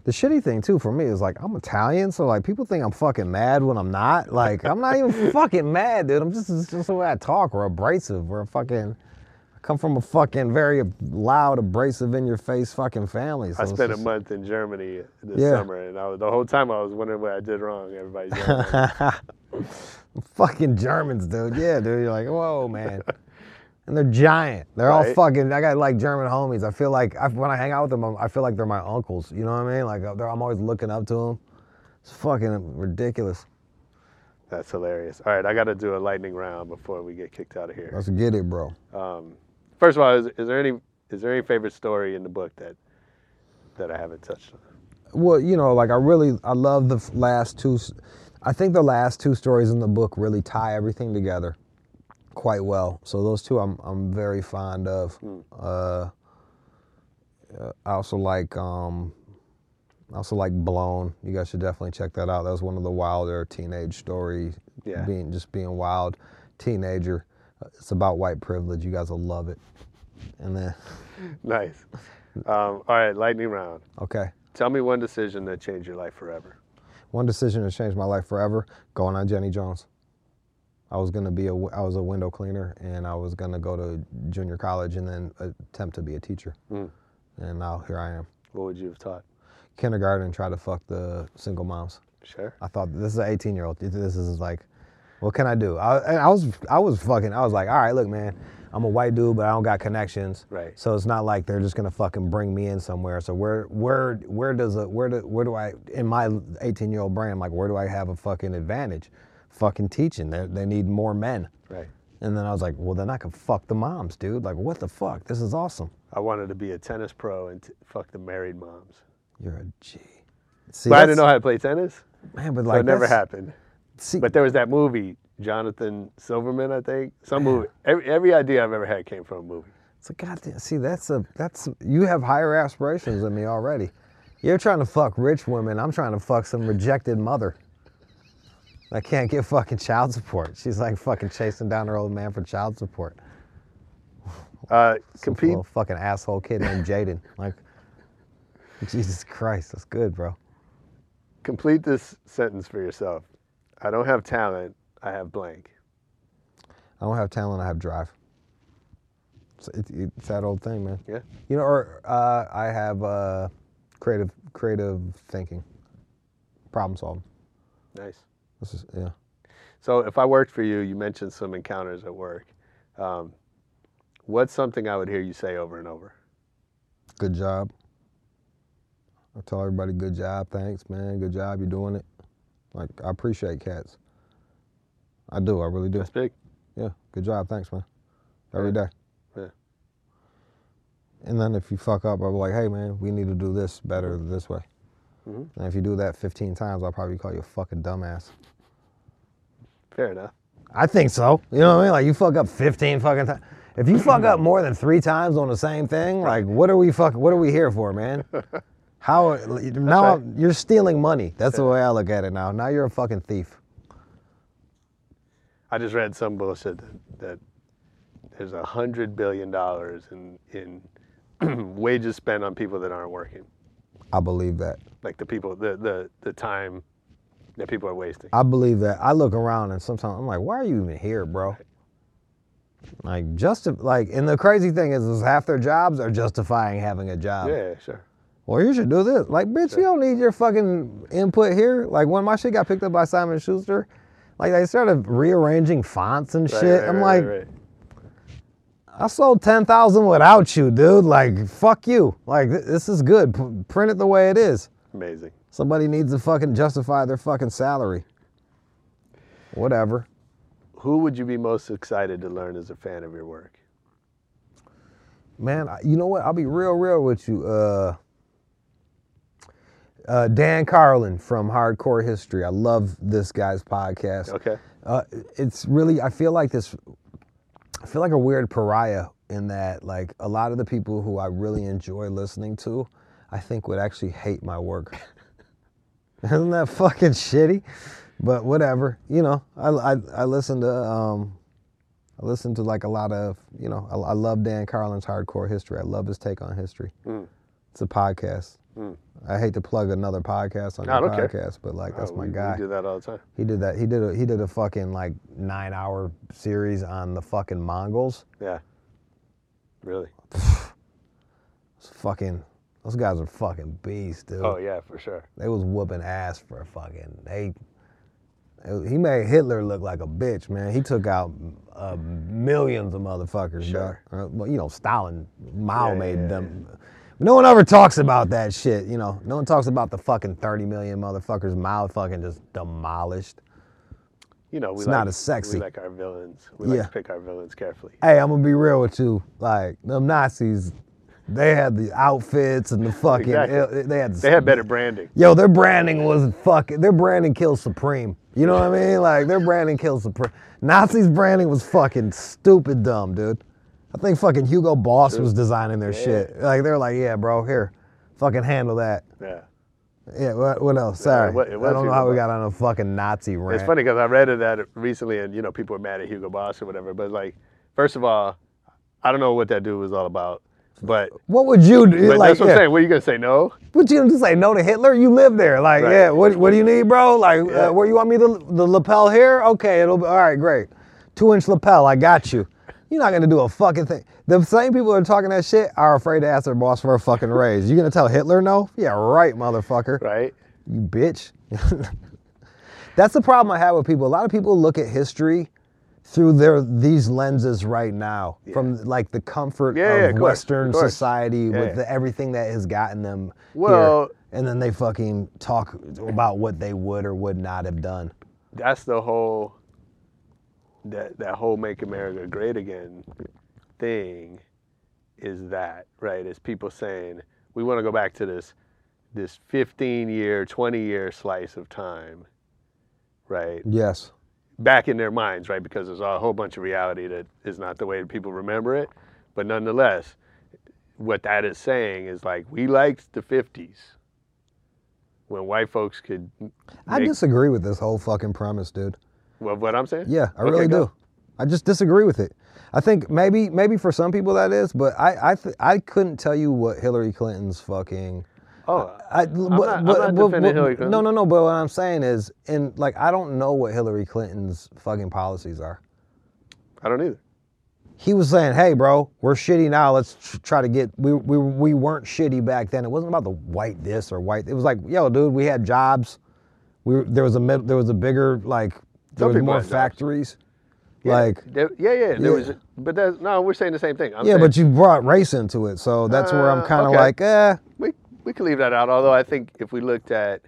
Speaker 2: The shitty thing too for me is like I'm Italian, so like people think I'm fucking mad when I'm not. Like I'm not even fucking mad, dude. I'm just it's just the way I talk. We're abrasive. We're fucking. I come from a fucking very loud, abrasive, in your face fucking family. So
Speaker 9: I
Speaker 2: it's
Speaker 9: spent a
Speaker 2: just-
Speaker 9: month in Germany this
Speaker 2: Yeah.
Speaker 9: summer, and I was, the whole time I was wondering what I did wrong. Everybody's yelling at me.
Speaker 2: fucking Germans, dude. Yeah, dude. You're like, whoa, man. And they're giant. They're all
Speaker 9: Right.
Speaker 2: fucking. I got like German homies. I feel like I, when I hang out with them, I'm- I feel like they're my uncles. You know what I mean? Like uh, they're, I'm always looking up to them. It's fucking ridiculous.
Speaker 9: that's hilarious. All right, I got to do a lightning round before we get kicked out of here.
Speaker 2: Let's get it, bro.
Speaker 9: Um, first of all, is, is there any is there any favorite story in the book that that I haven't touched on?
Speaker 2: Well, you know, like I really, I love the f- last two. s- I think the last two stories in the book really tie everything together. quite well. So those two I'm I'm very fond of. Uh, uh, I also like um, I also like Blown. You guys should definitely check that out. That was one of the wilder teenage stories.
Speaker 9: Yeah.
Speaker 2: Being just being wild, teenager. Uh, It's about white privilege. You guys will love it. And then
Speaker 9: Nice. Um, all right, lightning round.
Speaker 2: okay.
Speaker 9: Tell me one decision that changed your life forever.
Speaker 2: One decision that changed my life forever: going on Jenny Jones. I was gonna be a w- I was a window cleaner, and I was gonna go to junior college and then attempt to be a teacher.
Speaker 9: Mm.
Speaker 2: And now here I am,
Speaker 9: What would you have taught?
Speaker 2: kindergarten, try to fuck the single moms.
Speaker 9: Sure.
Speaker 2: I thought this is an 18 year old. This is like, what can I do? I, and I was I was fucking. I was like, all right, look, man, I'm a white dude, but I don't got connections.
Speaker 9: Right.
Speaker 2: So it's not like they're just gonna fucking bring me in somewhere. So where where where does a where do where do I in my 18 year old brain? I'm like, where do I have a fucking advantage? Fucking teaching. They they need more men.
Speaker 9: Right.
Speaker 2: And then I was like, well, then I can fuck the moms, dude. Like, what the fuck? This is awesome.
Speaker 9: I wanted to be a tennis pro and t- fuck the married moms.
Speaker 2: You're a G.
Speaker 9: but I didn't
Speaker 2: that's-
Speaker 9: know how to play tennis.
Speaker 2: Man, but
Speaker 9: so
Speaker 2: like
Speaker 9: it never
Speaker 2: that's-
Speaker 9: happened. but there was that movie, Jonathan Silverman, I think. Some movie. Every, every idea I've ever had came from a movie.
Speaker 2: So goddamn. See, that's a that's you have higher aspirations than me already. You're trying to fuck rich women. I'm trying to fuck some rejected mother. I can't get fucking child support. She's like fucking chasing down her old man for child support.
Speaker 9: Uh,
Speaker 2: Some little fucking asshole kid named Jaden. Like, Jesus Christ, that's good, bro.
Speaker 9: Complete this sentence for yourself. I don't have talent. I have blank.
Speaker 2: I don't have talent. I have drive. It's, it, it's that old thing, man.
Speaker 9: Yeah.
Speaker 2: You know, or uh, I have uh, creative creative thinking, problem solving.
Speaker 9: Nice.
Speaker 2: This is yeah.
Speaker 9: So if I worked for you, you mentioned some encounters at work. Um, what's something I would hear you say over and over?
Speaker 2: Good job. I tell everybody, good job, thanks, man. Good job, you're doing it. Like, I appreciate cats. I do, I really do.
Speaker 9: That's big.
Speaker 2: Yeah, good job, thanks, man. Every day.
Speaker 9: Yeah.
Speaker 2: And then if you fuck up, I'll be like, hey, man, we need to do this better this way.
Speaker 9: Mhm.
Speaker 2: And if you do that 15 times, I'll probably call you a fucking dumbass.
Speaker 9: Fair enough.
Speaker 2: I think so. You know what I mean? Like, you fuck up 15 fucking times. If you fuck up more than three times on the same thing, like, what are we fucking, what are we here for, man? How now I'm- you're stealing money. That's the way I look at it now. Now you're a fucking thief.
Speaker 9: I just read some bullshit that, that there's a hundred billion dollars in in wages spent on people that aren't working,
Speaker 2: I believe that.
Speaker 9: like the people the the the time that people are wasting.
Speaker 2: I believe that. I look around and sometimes I'm like, why are you even here, bro? Like just like and the crazy thing is is half their jobs are justifying having a job.
Speaker 9: yeah, sure.
Speaker 2: Well, you should do this. Like, bitch, you don't need your fucking input here. Like, when my shit got picked up by Simon Schuster, like they started rearranging fonts and
Speaker 9: Right,
Speaker 2: shit.
Speaker 9: right,
Speaker 2: I'm
Speaker 9: right,
Speaker 2: like,
Speaker 9: right, right.
Speaker 2: I sold ten thousand without you, dude. Like, fuck you. Like, th- this is good. P- print it the way it is.
Speaker 9: amazing.
Speaker 2: Somebody needs to fucking justify their fucking salary. Whatever.
Speaker 9: Who would you be most excited to learn as a fan of your work?
Speaker 2: Man, I- you know what? I'll be real, real with you. Uh, uh, Dan Carlin from Hardcore History. I love this guy's podcast.
Speaker 9: Okay.
Speaker 2: Uh, it's really, I feel like this, I feel like a weird pariah in that, like, a lot of the people who I really enjoy listening to, I think would actually hate my work. Isn't that fucking shitty? But whatever, you know. I, I, I listen to um, I listen to like a lot of you know. I, I love Dan Carlin's hardcore history. I love his take on history.
Speaker 9: Mm.
Speaker 2: It's a podcast.
Speaker 9: Mm.
Speaker 2: I hate to plug another podcast on
Speaker 9: No, I
Speaker 2: your
Speaker 9: don't care.
Speaker 2: podcast, but like that's
Speaker 9: Oh,
Speaker 2: my
Speaker 9: we,
Speaker 2: guy.
Speaker 9: We do that all the time.
Speaker 2: He did that. He did a he did a fucking like nine hour series on the fucking Mongols.
Speaker 9: Yeah. Really.
Speaker 2: It's fucking those guys are fucking beasts, dude.
Speaker 9: Oh yeah, for sure.
Speaker 2: They was whooping ass for fucking they. He made Hitler look like a bitch, man. He took out uh, millions of motherfuckers.
Speaker 9: Sure.
Speaker 2: dog. Uh, well, you know, Stalin, Mao
Speaker 9: Yeah,
Speaker 2: made
Speaker 9: yeah,
Speaker 2: them. No one ever talks about that shit. You know, no one talks about the fucking 30 million motherfuckers Mao fucking just demolished.
Speaker 9: You know, we
Speaker 2: It's
Speaker 9: like,
Speaker 2: not as sexy.
Speaker 9: We like our villains. We like
Speaker 2: Yeah.
Speaker 9: to pick our villains carefully.
Speaker 2: Hey, I'm gonna be real with you. Like them Nazis, they had the outfits and the fucking.
Speaker 9: Exactly.
Speaker 2: They had. The,
Speaker 9: They had better branding.
Speaker 2: Yo, their branding was fucking. Their branding killed Supreme. You know what I mean? Like their branding kills the. Pre- Nazis branding was fucking stupid dumb, dude. I think fucking Hugo Boss was designing their shit. Like they're like, yeah, bro, here, fucking handle that.
Speaker 9: Yeah.
Speaker 2: Yeah. What, what else? Sorry,
Speaker 9: it wa- it was
Speaker 2: I don't know
Speaker 9: Hugo
Speaker 2: how we
Speaker 9: Boss.
Speaker 2: got on a fucking Nazi rant.
Speaker 9: It's funny because I read of that recently, and you know, people were mad at Hugo Boss or whatever. But like, first of all, I don't know what that dude was all about. But
Speaker 2: What would you do?
Speaker 9: But
Speaker 2: like,
Speaker 9: that's what
Speaker 2: yeah.
Speaker 9: I'm saying. What are you gonna say? No.
Speaker 2: But you just say no to Hitler. You live there. Like,
Speaker 9: Right.
Speaker 2: yeah. What, what do you need, bro? Like,
Speaker 9: Yeah.
Speaker 2: uh, where you want me to the lapel here? Okay, it'll be all right. Great. Two inch lapel. I got you. You're not gonna do a fucking thing. The same people that are talking that shit are afraid to ask their boss for a fucking raise. You gonna tell Hitler no? Yeah, right, motherfucker.
Speaker 9: Right.
Speaker 2: You bitch. That's the problem I have with people. A lot of people look at history through their these lenses right now, from like the comfort
Speaker 9: Yeah, yeah,
Speaker 2: of
Speaker 9: of course,
Speaker 2: Western
Speaker 9: of course.
Speaker 2: society
Speaker 9: Yeah,
Speaker 2: with
Speaker 9: yeah.
Speaker 2: the, everything that has gotten them
Speaker 9: Well-
Speaker 2: here, and then they fucking talk about what they would or would not have done.
Speaker 9: That's the whole that that whole "Make America Great Again" thing is that right? It's people saying we want to go back to this this 15 year, 20 year slice of time, right?
Speaker 2: Yes.
Speaker 9: back in their minds, right? Because there's a whole bunch of reality that is not the way people remember it. But nonetheless, what that is saying is like we liked the 50s when white folks could.
Speaker 2: I
Speaker 9: make-
Speaker 2: disagree with this whole fucking premise, dude.
Speaker 9: Well, what I'm saying?
Speaker 2: Yeah, I
Speaker 9: Okay,
Speaker 2: really
Speaker 9: go.
Speaker 2: do. I just disagree with it. I think maybe maybe for some people that is, but I I th- I couldn't tell you what Hillary Clinton's fucking.
Speaker 9: Oh,
Speaker 2: I,
Speaker 9: not- I'm not defending Hillary Clinton.
Speaker 2: No, no, no. But what I'm saying is, in like, I don't know what Hillary Clinton's fucking policies are.
Speaker 9: I don't either.
Speaker 2: He was saying, "Hey, bro, we're shitty now. Let's tr- try to get. We we we weren't shitty back then. It wasn't about the white this or white. It was like, yo, dude, we had jobs. We were- there was a mid, there was a bigger like
Speaker 9: Some
Speaker 2: there was
Speaker 9: people
Speaker 2: more
Speaker 9: had jobs.
Speaker 2: factories.
Speaker 9: Yeah,
Speaker 2: Like
Speaker 9: there- yeah, yeah. There
Speaker 2: Yeah.
Speaker 9: was, but that's no. We're saying the same thing. I'm
Speaker 2: yeah,
Speaker 9: saying
Speaker 2: but you brought race into it, so that's where I'm
Speaker 9: Uh,
Speaker 2: kind of
Speaker 9: okay.
Speaker 2: like, eh,
Speaker 9: we we could leave that out. Although I think if we looked at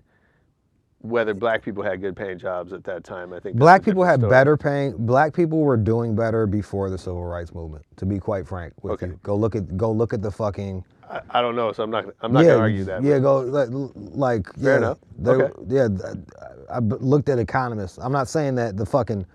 Speaker 9: whether black people had good paying jobs at that time, I think that's
Speaker 2: Black
Speaker 9: a
Speaker 2: people had
Speaker 9: different story.
Speaker 2: better paying. Black people were doing better before the civil rights movement. To be quite frank with
Speaker 9: Okay.
Speaker 2: you, go look at go look at the fucking.
Speaker 9: I, I don't know, so I'm not. gonna- I'm not
Speaker 2: yeah,
Speaker 9: gonna argue that.
Speaker 2: Yeah, go like, like
Speaker 9: Fair
Speaker 2: yeah,
Speaker 9: enough.
Speaker 2: they-
Speaker 9: Okay.
Speaker 2: Yeah, th- I, I b- looked at economists. I'm not saying that the fucking.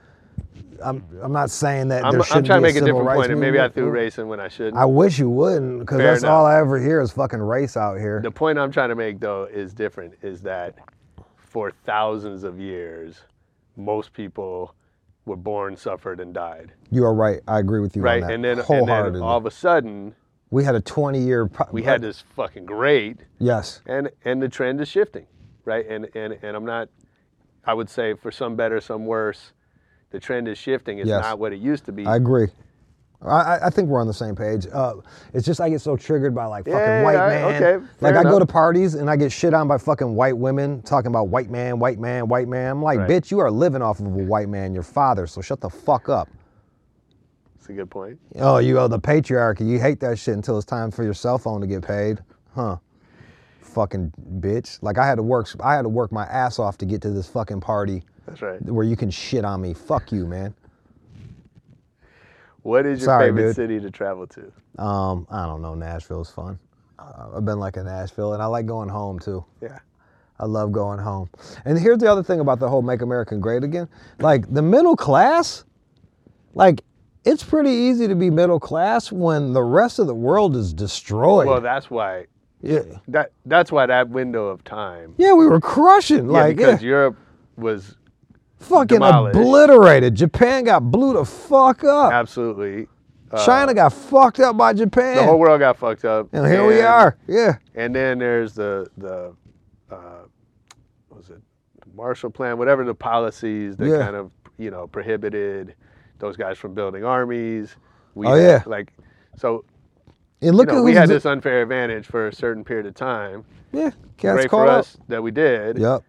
Speaker 2: I'm I'm not saying that
Speaker 9: I'm,
Speaker 2: there
Speaker 9: I'm
Speaker 2: shouldn't
Speaker 9: trying to
Speaker 2: be
Speaker 9: make a
Speaker 2: civil
Speaker 9: different
Speaker 2: rights
Speaker 9: point, and maybe I
Speaker 2: movement.
Speaker 9: threw race in when I shouldn't.
Speaker 2: I wish you wouldn't, because
Speaker 9: Fair
Speaker 2: that's all I ever hear is fucking race out here.
Speaker 9: the point I'm trying to make, though, is different. Is that for thousands of years, most people were born, suffered, and died.
Speaker 2: You are right. I agree with you
Speaker 9: Right,
Speaker 2: on that
Speaker 9: and then and
Speaker 2: wholeheartedly.
Speaker 9: then all of a sudden,
Speaker 2: we had a 20 year. Pro-
Speaker 9: we had this fucking great,
Speaker 2: Yes.
Speaker 9: and and the trend is shifting, right? And and and I'm not. I would say for some better, some worse, the trend is shifting. It's
Speaker 2: Yes.
Speaker 9: not what it used to be.
Speaker 2: I agree. I- I, I think we're on the same page. Uh, it's just I get so triggered by like fucking
Speaker 9: Yeah,
Speaker 2: white
Speaker 9: all right,
Speaker 2: man.
Speaker 9: okay,
Speaker 2: like
Speaker 9: fair
Speaker 2: I go
Speaker 9: enough.
Speaker 2: to parties and I get shit on by fucking white women talking about white man, white man, white man. I'm like,
Speaker 9: Right.
Speaker 2: bitch, you are living off of a white man, your father. So shut the fuck up.
Speaker 9: It's a good point.
Speaker 2: Oh, you owe the patriarchy. You hate that shit until it's time for your cell phone to get paid, huh? Fucking bitch. Like I had to work. I had to work my ass off to get to this fucking party
Speaker 9: That's right.
Speaker 2: where you can shit on me. Fuck you, man.
Speaker 9: What is your
Speaker 2: Sorry,
Speaker 9: favorite
Speaker 2: dude.
Speaker 9: city to travel to?
Speaker 2: Um, I don't know. Nashville's fun. Uh, I've been like in Nashville, and I like going home too.
Speaker 9: Yeah.
Speaker 2: I love going home. And here's the other thing about the whole "Make America Great Again." Like the middle class, like it's pretty easy to be middle class when the rest of the world is destroyed.
Speaker 9: Well, that's why
Speaker 2: yeah,
Speaker 9: that that's why that window of time.
Speaker 2: yeah, we were crushing.
Speaker 9: Yeah,
Speaker 2: like yeah,
Speaker 9: because Europe was
Speaker 2: fucking
Speaker 9: demolished.
Speaker 2: obliterated. Japan got blew the fuck up.
Speaker 9: absolutely
Speaker 2: China got fucked up by Japan.
Speaker 9: uh, the whole world got fucked up.
Speaker 2: and here we are. Yeah.
Speaker 9: And then there's the the uh, what was it the Marshall Plan, whatever the policies that
Speaker 2: Yeah.
Speaker 9: kind of you know prohibited those guys from building armies. We
Speaker 2: Oh, yeah.
Speaker 9: like so.
Speaker 2: And look
Speaker 9: you know,
Speaker 2: at
Speaker 9: we
Speaker 2: who's
Speaker 9: had
Speaker 2: the-
Speaker 9: this unfair advantage for a certain period of time.
Speaker 2: Yeah, cats
Speaker 9: Great
Speaker 2: caught
Speaker 9: for
Speaker 2: up.
Speaker 9: us that we did.
Speaker 2: Yep.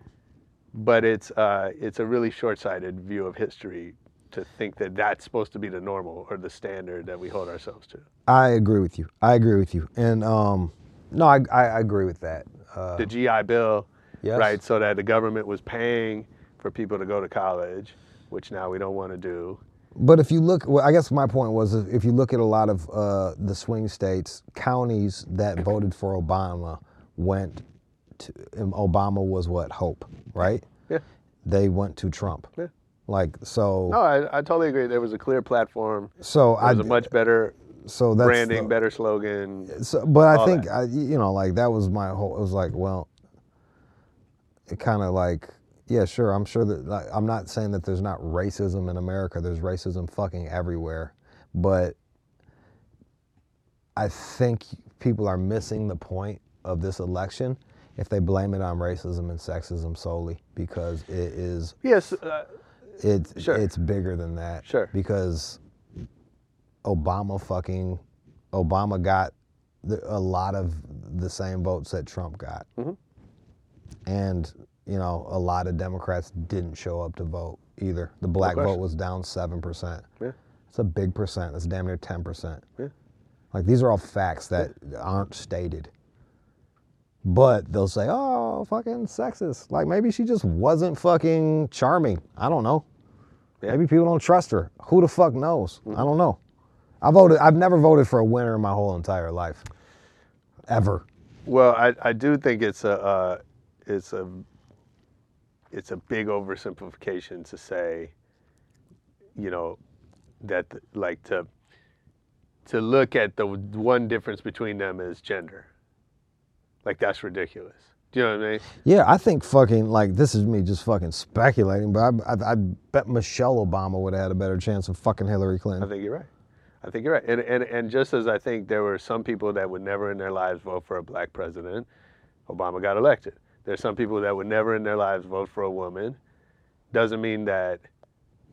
Speaker 9: but it's uh, it's a really short-sighted view of history to think that that's supposed to be the normal or the standard that we hold ourselves to.
Speaker 2: I agree with you. I agree with you. And um, no, I, I, I agree with that. Uh,
Speaker 9: the GI Bill,
Speaker 2: Yes.
Speaker 9: right? So that the government was paying for people to go to college, which now we don't want to do.
Speaker 2: but if you look, well, I guess my point was is if you look at a lot of uh, the swing states, counties that voted for Obama went to, and Obama was what, hope, right?
Speaker 9: Yeah.
Speaker 2: they went to Trump.
Speaker 9: Yeah.
Speaker 2: Like so.
Speaker 9: No, I, I totally agree. There was a clear platform.
Speaker 2: So
Speaker 9: there was
Speaker 2: I-
Speaker 9: a much better
Speaker 2: so that's
Speaker 9: branding,
Speaker 2: the-
Speaker 9: better slogan.
Speaker 2: So, but I
Speaker 9: all
Speaker 2: think
Speaker 9: that.
Speaker 2: I, you know, like that was my whole. It was like, well, it kind of like, yeah, sure. I'm sure that like, I'm not saying that there's not racism in America. There's racism fucking everywhere, but I think people are missing the point of this election if they blame it on racism and sexism solely because it is
Speaker 9: yes, uh,
Speaker 2: it's
Speaker 9: Sure.
Speaker 2: it's bigger than that.
Speaker 9: Sure.
Speaker 2: Because Obama fucking Obama got the, a lot of the same votes that Trump got,
Speaker 9: Mhm.
Speaker 2: and you know a lot of Democrats didn't show up to vote either. The black vote
Speaker 9: question.
Speaker 2: was down seven percent.
Speaker 9: Yeah.
Speaker 2: It's a big percent. It's damn near ten percent.
Speaker 9: Yeah.
Speaker 2: Like these are all facts that aren't stated. But they'll say, "Oh, fucking sexist." Like maybe she just wasn't fucking charming. I don't know. Maybe people don't trust her. Who the fuck knows? I don't know. I voted. I've never voted for a winner in my whole entire life, ever.
Speaker 9: Well, I, I do think it's a uh, it's a it's a big oversimplification to say, you know, that th- like to to look at the one difference between them is gender. Like that's ridiculous. Do you know what I mean?
Speaker 2: Yeah, I think fucking like this is me just fucking speculating, but I, I, I bet Michelle Obama would have had a better chance of fucking Hillary
Speaker 9: I
Speaker 2: Clinton.
Speaker 9: think you're right. I think you're right. And, and and just as I think there were some people that would never in their lives vote for a black president, Obama got elected. There's some people that would never in their lives vote for a woman. Doesn't mean that.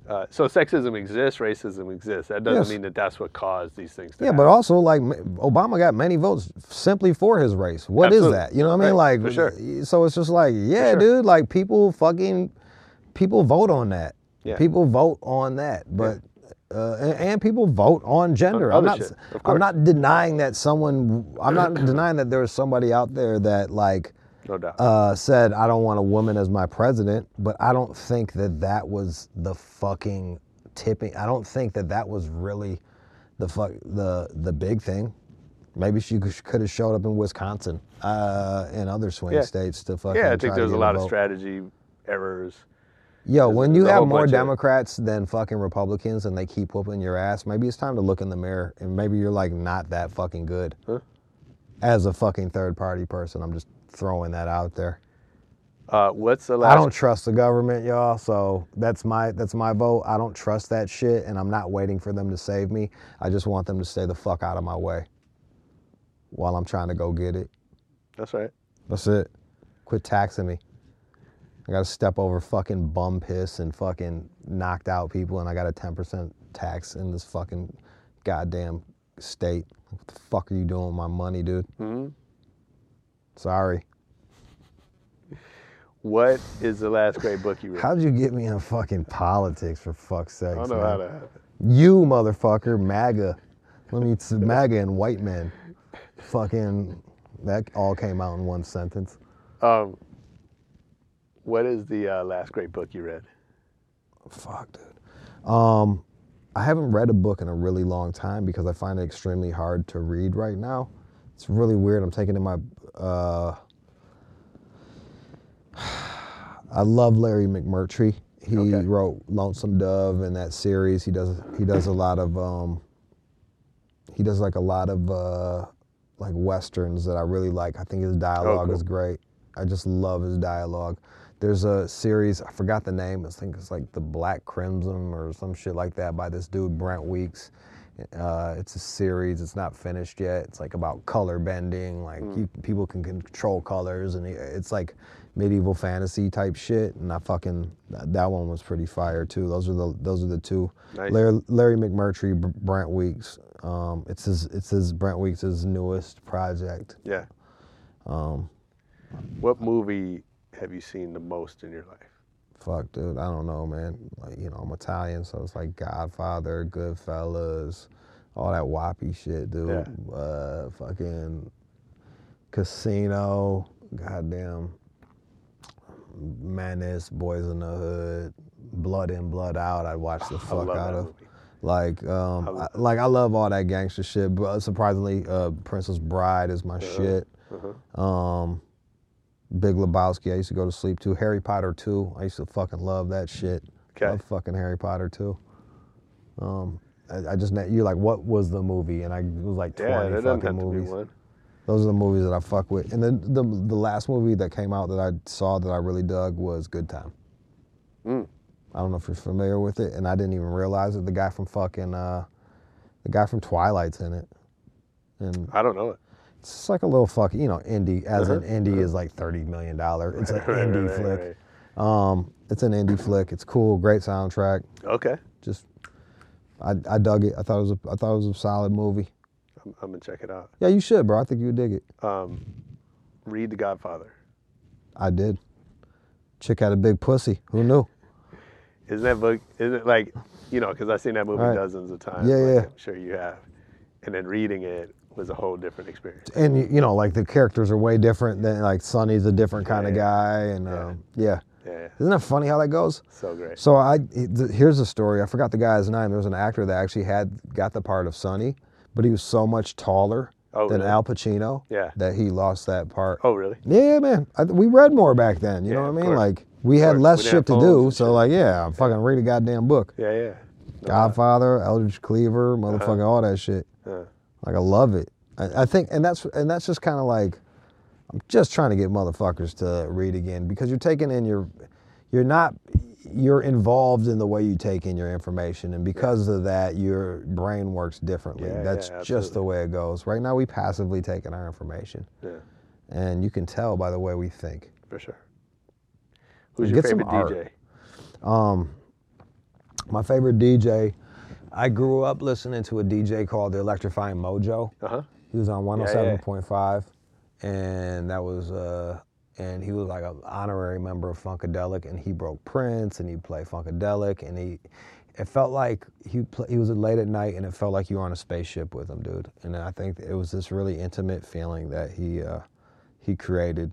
Speaker 9: Uh, so sexism exists, racism exists. That doesn't
Speaker 2: Yes.
Speaker 9: mean that that's what caused these things. To
Speaker 2: Yeah, but also like m- Obama got many votes simply for his race. What is
Speaker 9: Absolutely.
Speaker 2: that? You know what I mean?
Speaker 9: Right,
Speaker 2: Like,
Speaker 9: for sure.
Speaker 2: so it's just like, yeah,
Speaker 9: sure.
Speaker 2: dude, like people fucking people vote on that.
Speaker 9: Yeah.
Speaker 2: People vote on that, but uh, and, and people vote on gender. I'm
Speaker 9: other
Speaker 2: not.
Speaker 9: shit, of
Speaker 2: I'm
Speaker 9: course.
Speaker 2: not denying that someone. I'm not denying that there is somebody out there that like
Speaker 9: no doubt.
Speaker 2: uh, said, I don't want a woman as my president, but I don't think that that was the fucking tipping. I don't think that that was really the fuck the the big thing. Maybe she could have showed up in Wisconsin uh, and other swing
Speaker 9: Yeah.
Speaker 2: states to fucking.
Speaker 9: yeah, I
Speaker 2: try
Speaker 9: think
Speaker 2: to
Speaker 9: there's a
Speaker 2: get
Speaker 9: lot of
Speaker 2: vote.
Speaker 9: strategy errors.
Speaker 2: Yo,
Speaker 9: There's-
Speaker 2: when you
Speaker 9: there's a
Speaker 2: have
Speaker 9: whole
Speaker 2: more
Speaker 9: bunch of-
Speaker 2: Democrats than fucking Republicans and they keep whooping your ass, maybe it's time to look in the mirror and maybe you're like not that fucking good.
Speaker 9: Huh?
Speaker 2: As a fucking third party person, I'm just throwing that out there.
Speaker 9: Uh, what's the last?
Speaker 2: I don't trust the government, y'all. So that's my that's my vote. I don't trust that shit, and I'm not waiting for them to save me. I just want them to stay the fuck out of my way while I'm trying to go get it.
Speaker 9: That's right.
Speaker 2: That's it. Quit taxing me. I gotta step over fucking bum piss and fucking knocked out people, and I got a 10% tax in this fucking goddamn state. What the fuck are you doing with my money, dude?
Speaker 9: Mhm.
Speaker 2: Sorry.
Speaker 9: What is the last great book you read?
Speaker 2: How'd you get me in fucking politics for fuck's sake?
Speaker 9: I don't know how that happened.
Speaker 2: You motherfucker, MAGA. Let me it's MAGA and white men. Fucking that all came out in one sentence.
Speaker 9: Um, what is the uh, last great book you read?
Speaker 2: Fuck, dude. Um, I haven't read a book in a really long time because I find it extremely hard to read right now. It's really weird. I'm taking in my. Uh, I love Larry McMurtry. He wrote Lonesome Dove and that series. He does he does a lot of um, he does like a lot of uh, like westerns that I really like. I think his dialogue is great. I just love his dialogue. There's a series I forgot the name. I think it's like the Black Crimson or some shit like that by this dude Brent Weeks. Uh, it's a series. It's not finished yet. It's like about color bending. Like you, people can control colors, and it- it's like medieval fantasy type shit. And I fucking that that one was pretty fire too. Those are the those are the two.
Speaker 9: Nice.
Speaker 2: Larry, Larry McMurtry, Br- Brent Weeks. Um, it's his it's his Brent Weeks' newest project.
Speaker 9: Yeah.
Speaker 2: Um,
Speaker 9: What movie have you seen the most in your life?
Speaker 2: fuck, dude, I don't know, man. Like you know, I'm Italian, so it's like Godfather, Goodfellas, all that whoppy shit, dude. Uh, fucking Casino, goddamn Menace, Boys in the Hood, Blood In, Blood Out. I watched the fuck
Speaker 9: love
Speaker 2: out
Speaker 9: that
Speaker 2: of. Like, um, I, like I love all that gangster shit, but surprisingly, uh, Princess Bride is my shit.
Speaker 9: Uh-huh.
Speaker 2: Um, Big Lebowski. I used to go to sleep to. Harry Potter 2. I used to fucking love that shit. Love fucking Harry Potter 2. Um, I, I just ne- you're like, what was the movie? And I it was like 20
Speaker 9: Yeah, there doesn't
Speaker 2: fucking
Speaker 9: have to be
Speaker 2: movies.
Speaker 9: one.
Speaker 2: Those are the movies that I fuck with. And then the the last movie that came out that I saw that I really dug was Good Time.
Speaker 9: Mm.
Speaker 2: I don't know if you're familiar with it, and I didn't even realize it. The guy from fucking uh, the guy from Twilight's in it, and
Speaker 9: I don't know it.
Speaker 2: it's just like a little fuck, you know, indie. As an
Speaker 9: Uh-huh.
Speaker 2: indie is like thirty million dollar. It's an
Speaker 9: Right, right,
Speaker 2: indie
Speaker 9: right,
Speaker 2: flick. Um, it's an indie flick. It's cool. Great soundtrack.
Speaker 9: Okay,
Speaker 2: Just, I, I dug it. I thought it was a, I thought it was a solid movie.
Speaker 9: I'm, I'm gonna check it out.
Speaker 2: Yeah, you should, bro. I think you would dig it.
Speaker 9: Um, read The Godfather.
Speaker 2: I did. Chick had a big pussy. Who knew?
Speaker 9: Isn't that book? Isn't it like you know? Because I've seen that movie
Speaker 2: Right.
Speaker 9: dozens of times.
Speaker 2: Yeah,
Speaker 9: like
Speaker 2: yeah.
Speaker 9: I'm sure you have. And then reading it was a whole different experience.
Speaker 2: and you- you know like the characters are way different than like Sonny's a different kind of guy and yeah. yeah.
Speaker 9: Yeah.
Speaker 2: Isn't that funny how that goes?
Speaker 9: So great.
Speaker 2: So I it- th- here's a story. I forgot the guy's name. There was an actor that actually had got the part of Sonny, but he was so much taller
Speaker 9: Oh,
Speaker 2: than
Speaker 9: really?
Speaker 2: Al Pacino
Speaker 9: Yeah.
Speaker 2: that he lost that part.
Speaker 9: Oh, really?
Speaker 2: Yeah, man. I, th- we read more back then. You know what I mean? Like we had less
Speaker 9: We didn't
Speaker 2: shit
Speaker 9: have
Speaker 2: to do, so like yeah, fucking read a goddamn book.
Speaker 9: Yeah, yeah.
Speaker 2: Godfather, Eldridge
Speaker 9: Uh-huh.
Speaker 2: Cleaver, motherfucking all that shit.
Speaker 9: Uh.
Speaker 2: Like I love it. I, I think, and that's and that's just kind of like, I'm just trying to get motherfuckers to read again because you're taking in your, you're not, you're involved in the way you take in your information, and because of that, your brain works differently.
Speaker 9: Yeah,
Speaker 2: that's
Speaker 9: yeah,
Speaker 2: just the way it goes. Right now, we passively take in our information,
Speaker 9: Yeah,
Speaker 2: and you can tell by the way we think.
Speaker 9: for sure. Who's
Speaker 2: And
Speaker 9: your
Speaker 2: get some
Speaker 9: favorite DJ?
Speaker 2: Um, my favorite DJ, I grew up listening to a DJ called the Electrifying Mojo.
Speaker 9: Uh-huh.
Speaker 2: He was on
Speaker 9: Yeah, yeah.
Speaker 2: 107.5, and that was uh, and he was like an honorary member of Funkadelic, and he broke Prince, and he played Funkadelic, and he. It felt like he pl- he was late at night, and it felt like you were on a spaceship with him, dude. And I think it was this really intimate feeling that he uh, he created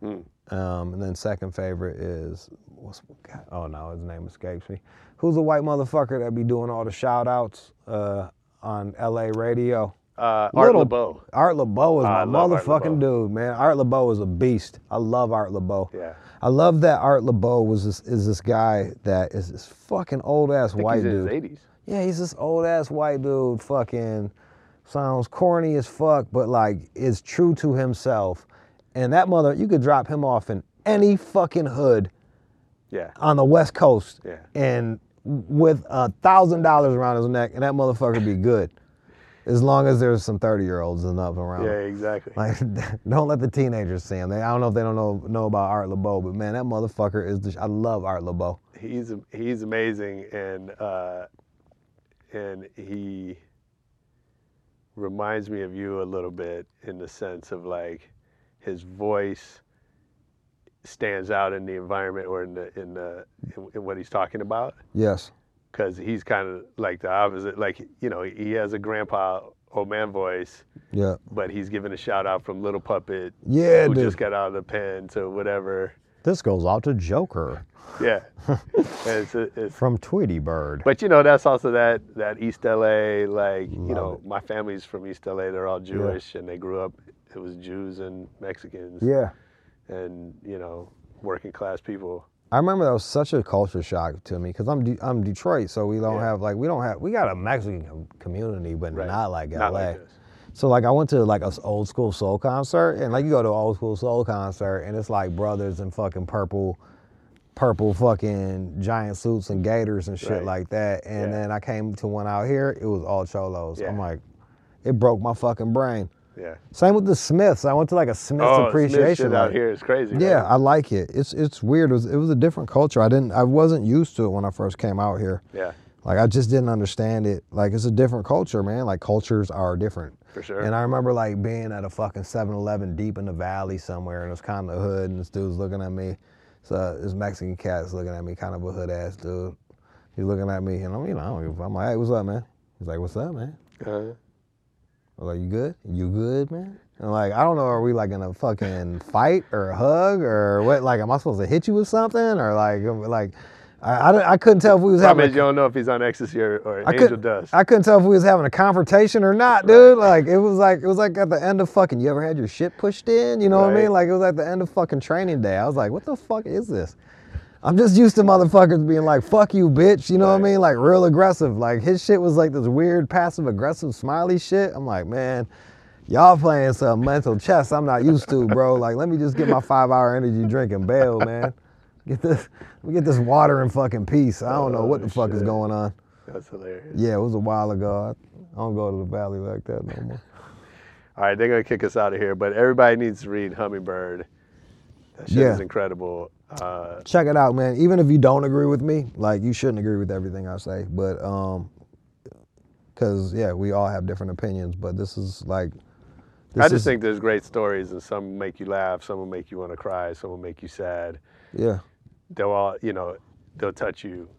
Speaker 9: Mm.
Speaker 2: um, and then second favorite is what's God, oh no, his name escapes me. Who's the white motherfucker that be doing all the shout outs uh, on LA radio?
Speaker 9: Uh, Art LeBeau.
Speaker 2: Art LeBeau is
Speaker 9: I
Speaker 2: my
Speaker 9: love Art
Speaker 2: motherfucking dude, man. Art LeBeau is a beast. I love Art LeBeau.
Speaker 9: Yeah.
Speaker 2: I love that Art LeBeau was this, is this guy that is this fucking old ass
Speaker 9: I think
Speaker 2: white
Speaker 9: he's in
Speaker 2: dude.
Speaker 9: his 80s.
Speaker 2: Yeah, he's this old ass white dude, fucking sounds corny as fuck, but like is true to himself. And that mother, you could drop him off in any fucking hood
Speaker 9: Yeah.
Speaker 2: on the West Coast
Speaker 9: Yeah.
Speaker 2: and with a thousand dollars around his neck, and that motherfucker be good. As long as there's some 30 year olds and up around.
Speaker 9: Yeah,
Speaker 2: him.
Speaker 9: exactly.
Speaker 2: Like, don't let the teenagers see him. They, I don't know if they don't know know about Art LeBeau, but man, that motherfucker is. The, sh- I love Art LeBeau.
Speaker 9: he's he's amazing and uh, and he reminds me of you a little bit in the sense of like his voice stands out in the environment or in the in the in, in what he's talking about
Speaker 2: Yes.
Speaker 9: because he's kind of like the opposite like you know he has a grandpa old man voice
Speaker 2: Yeah.
Speaker 9: but he's giving a shout out from little puppet
Speaker 2: Yeah,
Speaker 9: who
Speaker 2: dude.
Speaker 9: just got out of the pen to whatever
Speaker 2: This goes out to Joker
Speaker 9: yeah And it's, it's
Speaker 2: from Tweety Bird.
Speaker 9: But you know, that's also that that East LA, like you
Speaker 2: Love
Speaker 9: know, my family's from East LA. They're all Jewish, and they grew up. It was Jews and Mexicans,
Speaker 2: Yeah.
Speaker 9: and you know, working class people.
Speaker 2: I remember that was such a culture shock to me because I'm De- I'm Detroit, so we don't have like we don't have we got a Mexican com- community, but not like LA.
Speaker 9: Not like this.
Speaker 2: so like I went to like a s- old school soul concert, and like you go to an old school soul concert, and it's like brothers in fucking purple, purple fucking giant suits and gators and shit
Speaker 9: Right.
Speaker 2: like that. And then I came to one out here, it was all cholos. I'm
Speaker 9: Yeah.
Speaker 2: like, it broke my fucking brain.
Speaker 9: Yeah.
Speaker 2: Same with the Smiths. I went to like a Smiths
Speaker 9: Oh, Smith
Speaker 2: appreciation
Speaker 9: shit out
Speaker 2: night.
Speaker 9: here is crazy.
Speaker 2: Yeah,
Speaker 9: right?
Speaker 2: I like it. It's it's weird. It was, it was a different culture. I didn't. I wasn't used to it when I first came out here.
Speaker 9: Yeah.
Speaker 2: Like I just didn't understand it. Like it's a different culture, man. Like cultures are different.
Speaker 9: For sure.
Speaker 2: And I remember like being at a fucking 7-Eleven deep in the valley somewhere, and it's kind of hood, and this dude's looking at me. So this Mexican cat's looking at me, kind of a hood ass dude. He's looking at me, and I'm you know I don't give a fuck. I'm like, hey, what's up, man? He's like, what's up, man?
Speaker 9: Uh-huh.
Speaker 2: I was like, you good? You good, man? And like, I don't know, are we like in a fucking fight or a hug or what? Like, am I supposed to hit you with something or like, like, I, I, I couldn't tell if we was
Speaker 9: Problem
Speaker 2: having.
Speaker 9: is, you don't know if he's on ecstasy or, or
Speaker 2: I
Speaker 9: angel
Speaker 2: couldn't,
Speaker 9: dust.
Speaker 2: I couldn't tell if we was having a confrontation or not, dude. Like it was like it was like at the end of fucking. You ever had your shit pushed in? You know what I
Speaker 9: Right.
Speaker 2: mean? Like it was at the end of fucking training day. I was like, what the fuck is this? I'm just used to motherfuckers being like, fuck you, bitch. You know what I mean? Like real aggressive. Like his shit was like this weird passive aggressive smiley shit. I'm like, man. Y'all playing some mental chess I'm not used to, bro. Like, let me just get my five hour energy drink and bail, man. Get this, let me get this water in fucking peace. I
Speaker 9: Oh,
Speaker 2: don't know what the fuck is going on.
Speaker 9: That's hilarious.
Speaker 2: Yeah, it was a while ago. I don't go to the valley like that no more.
Speaker 9: All right, they're gonna kick us out of here, but everybody needs to read Hummingbird. That shit
Speaker 2: Yeah.
Speaker 9: is incredible. Uh,
Speaker 2: Check it out, man. Even if you don't agree with me, like you shouldn't agree with everything I say, but um, cause yeah, we all have different opinions. But this is like, this
Speaker 9: I just
Speaker 2: is-
Speaker 9: think there's great stories, and some make you laugh, some will make you want to cry, some will make you sad.
Speaker 2: yeah,
Speaker 9: They'll all, you know, they'll touch you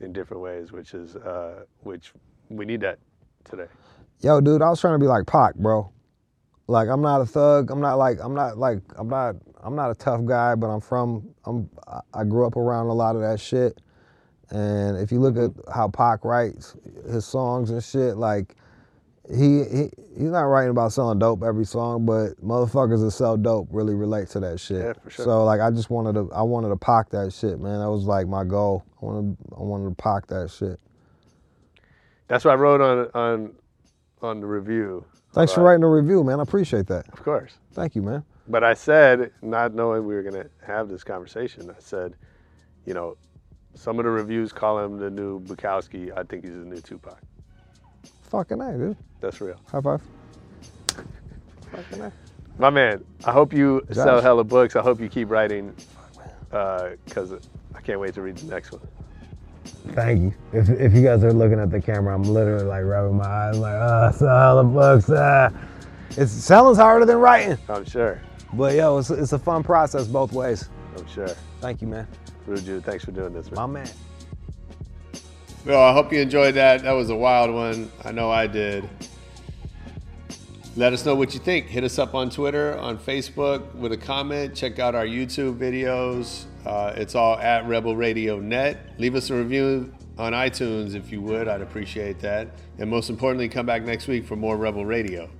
Speaker 9: in different ways, which is, uh, which we need that today.
Speaker 2: yo, dude, I was trying to be like Pac, bro. Like I'm not a thug. I'm not like I'm not like I'm not I'm not a tough guy, but I'm from I'm I- I grew up around a lot of that shit. And if you look at how Pac writes his songs and shit, like he, he he's not writing about selling dope every song, but motherfuckers that sell dope really relate to that shit.
Speaker 9: Yeah, for sure.
Speaker 2: So like I just wanted to I wanted to Pac that shit, man. That was like my goal. I wanted I wanted to Pac that shit.
Speaker 9: That's what I wrote on on on the review.
Speaker 2: Thanks for
Speaker 9: Right.
Speaker 2: writing the review, man. I appreciate that.
Speaker 9: Of course.
Speaker 2: Thank you, man.
Speaker 9: But I said, not knowing we were going to have this conversation, I said, you know, some of the reviews call him the new Bukowski. I think he's the new Tupac.
Speaker 2: Fucking A, dude.
Speaker 9: That's real.
Speaker 2: High five.
Speaker 9: My man, I hope you
Speaker 2: Josh.
Speaker 9: sell hella books. I hope you keep writing because I can't wait to read the next one.
Speaker 2: Thank you. If, if you guys are looking at the camera, I'm literally like rubbing my eyes, like, ah, sell the books. Ah. It's selling's harder than writing,
Speaker 9: I'm sure.
Speaker 2: but yo, it's, it's a fun process both ways.
Speaker 9: I'm sure.
Speaker 2: Thank you, man.
Speaker 9: Ruju, thanks for doing this, man.
Speaker 2: My man.
Speaker 14: Well, I hope you enjoyed that. That was a wild one. I know I did. Let us know what you think. Hit us up on Twitter, on Facebook with a comment. Check out our YouTube videos. Uh, it's all at Rebel Radio Net. Leave us a review on iTunes if you would. I'd appreciate that. And most importantly, come back next week for more Rebel Radio.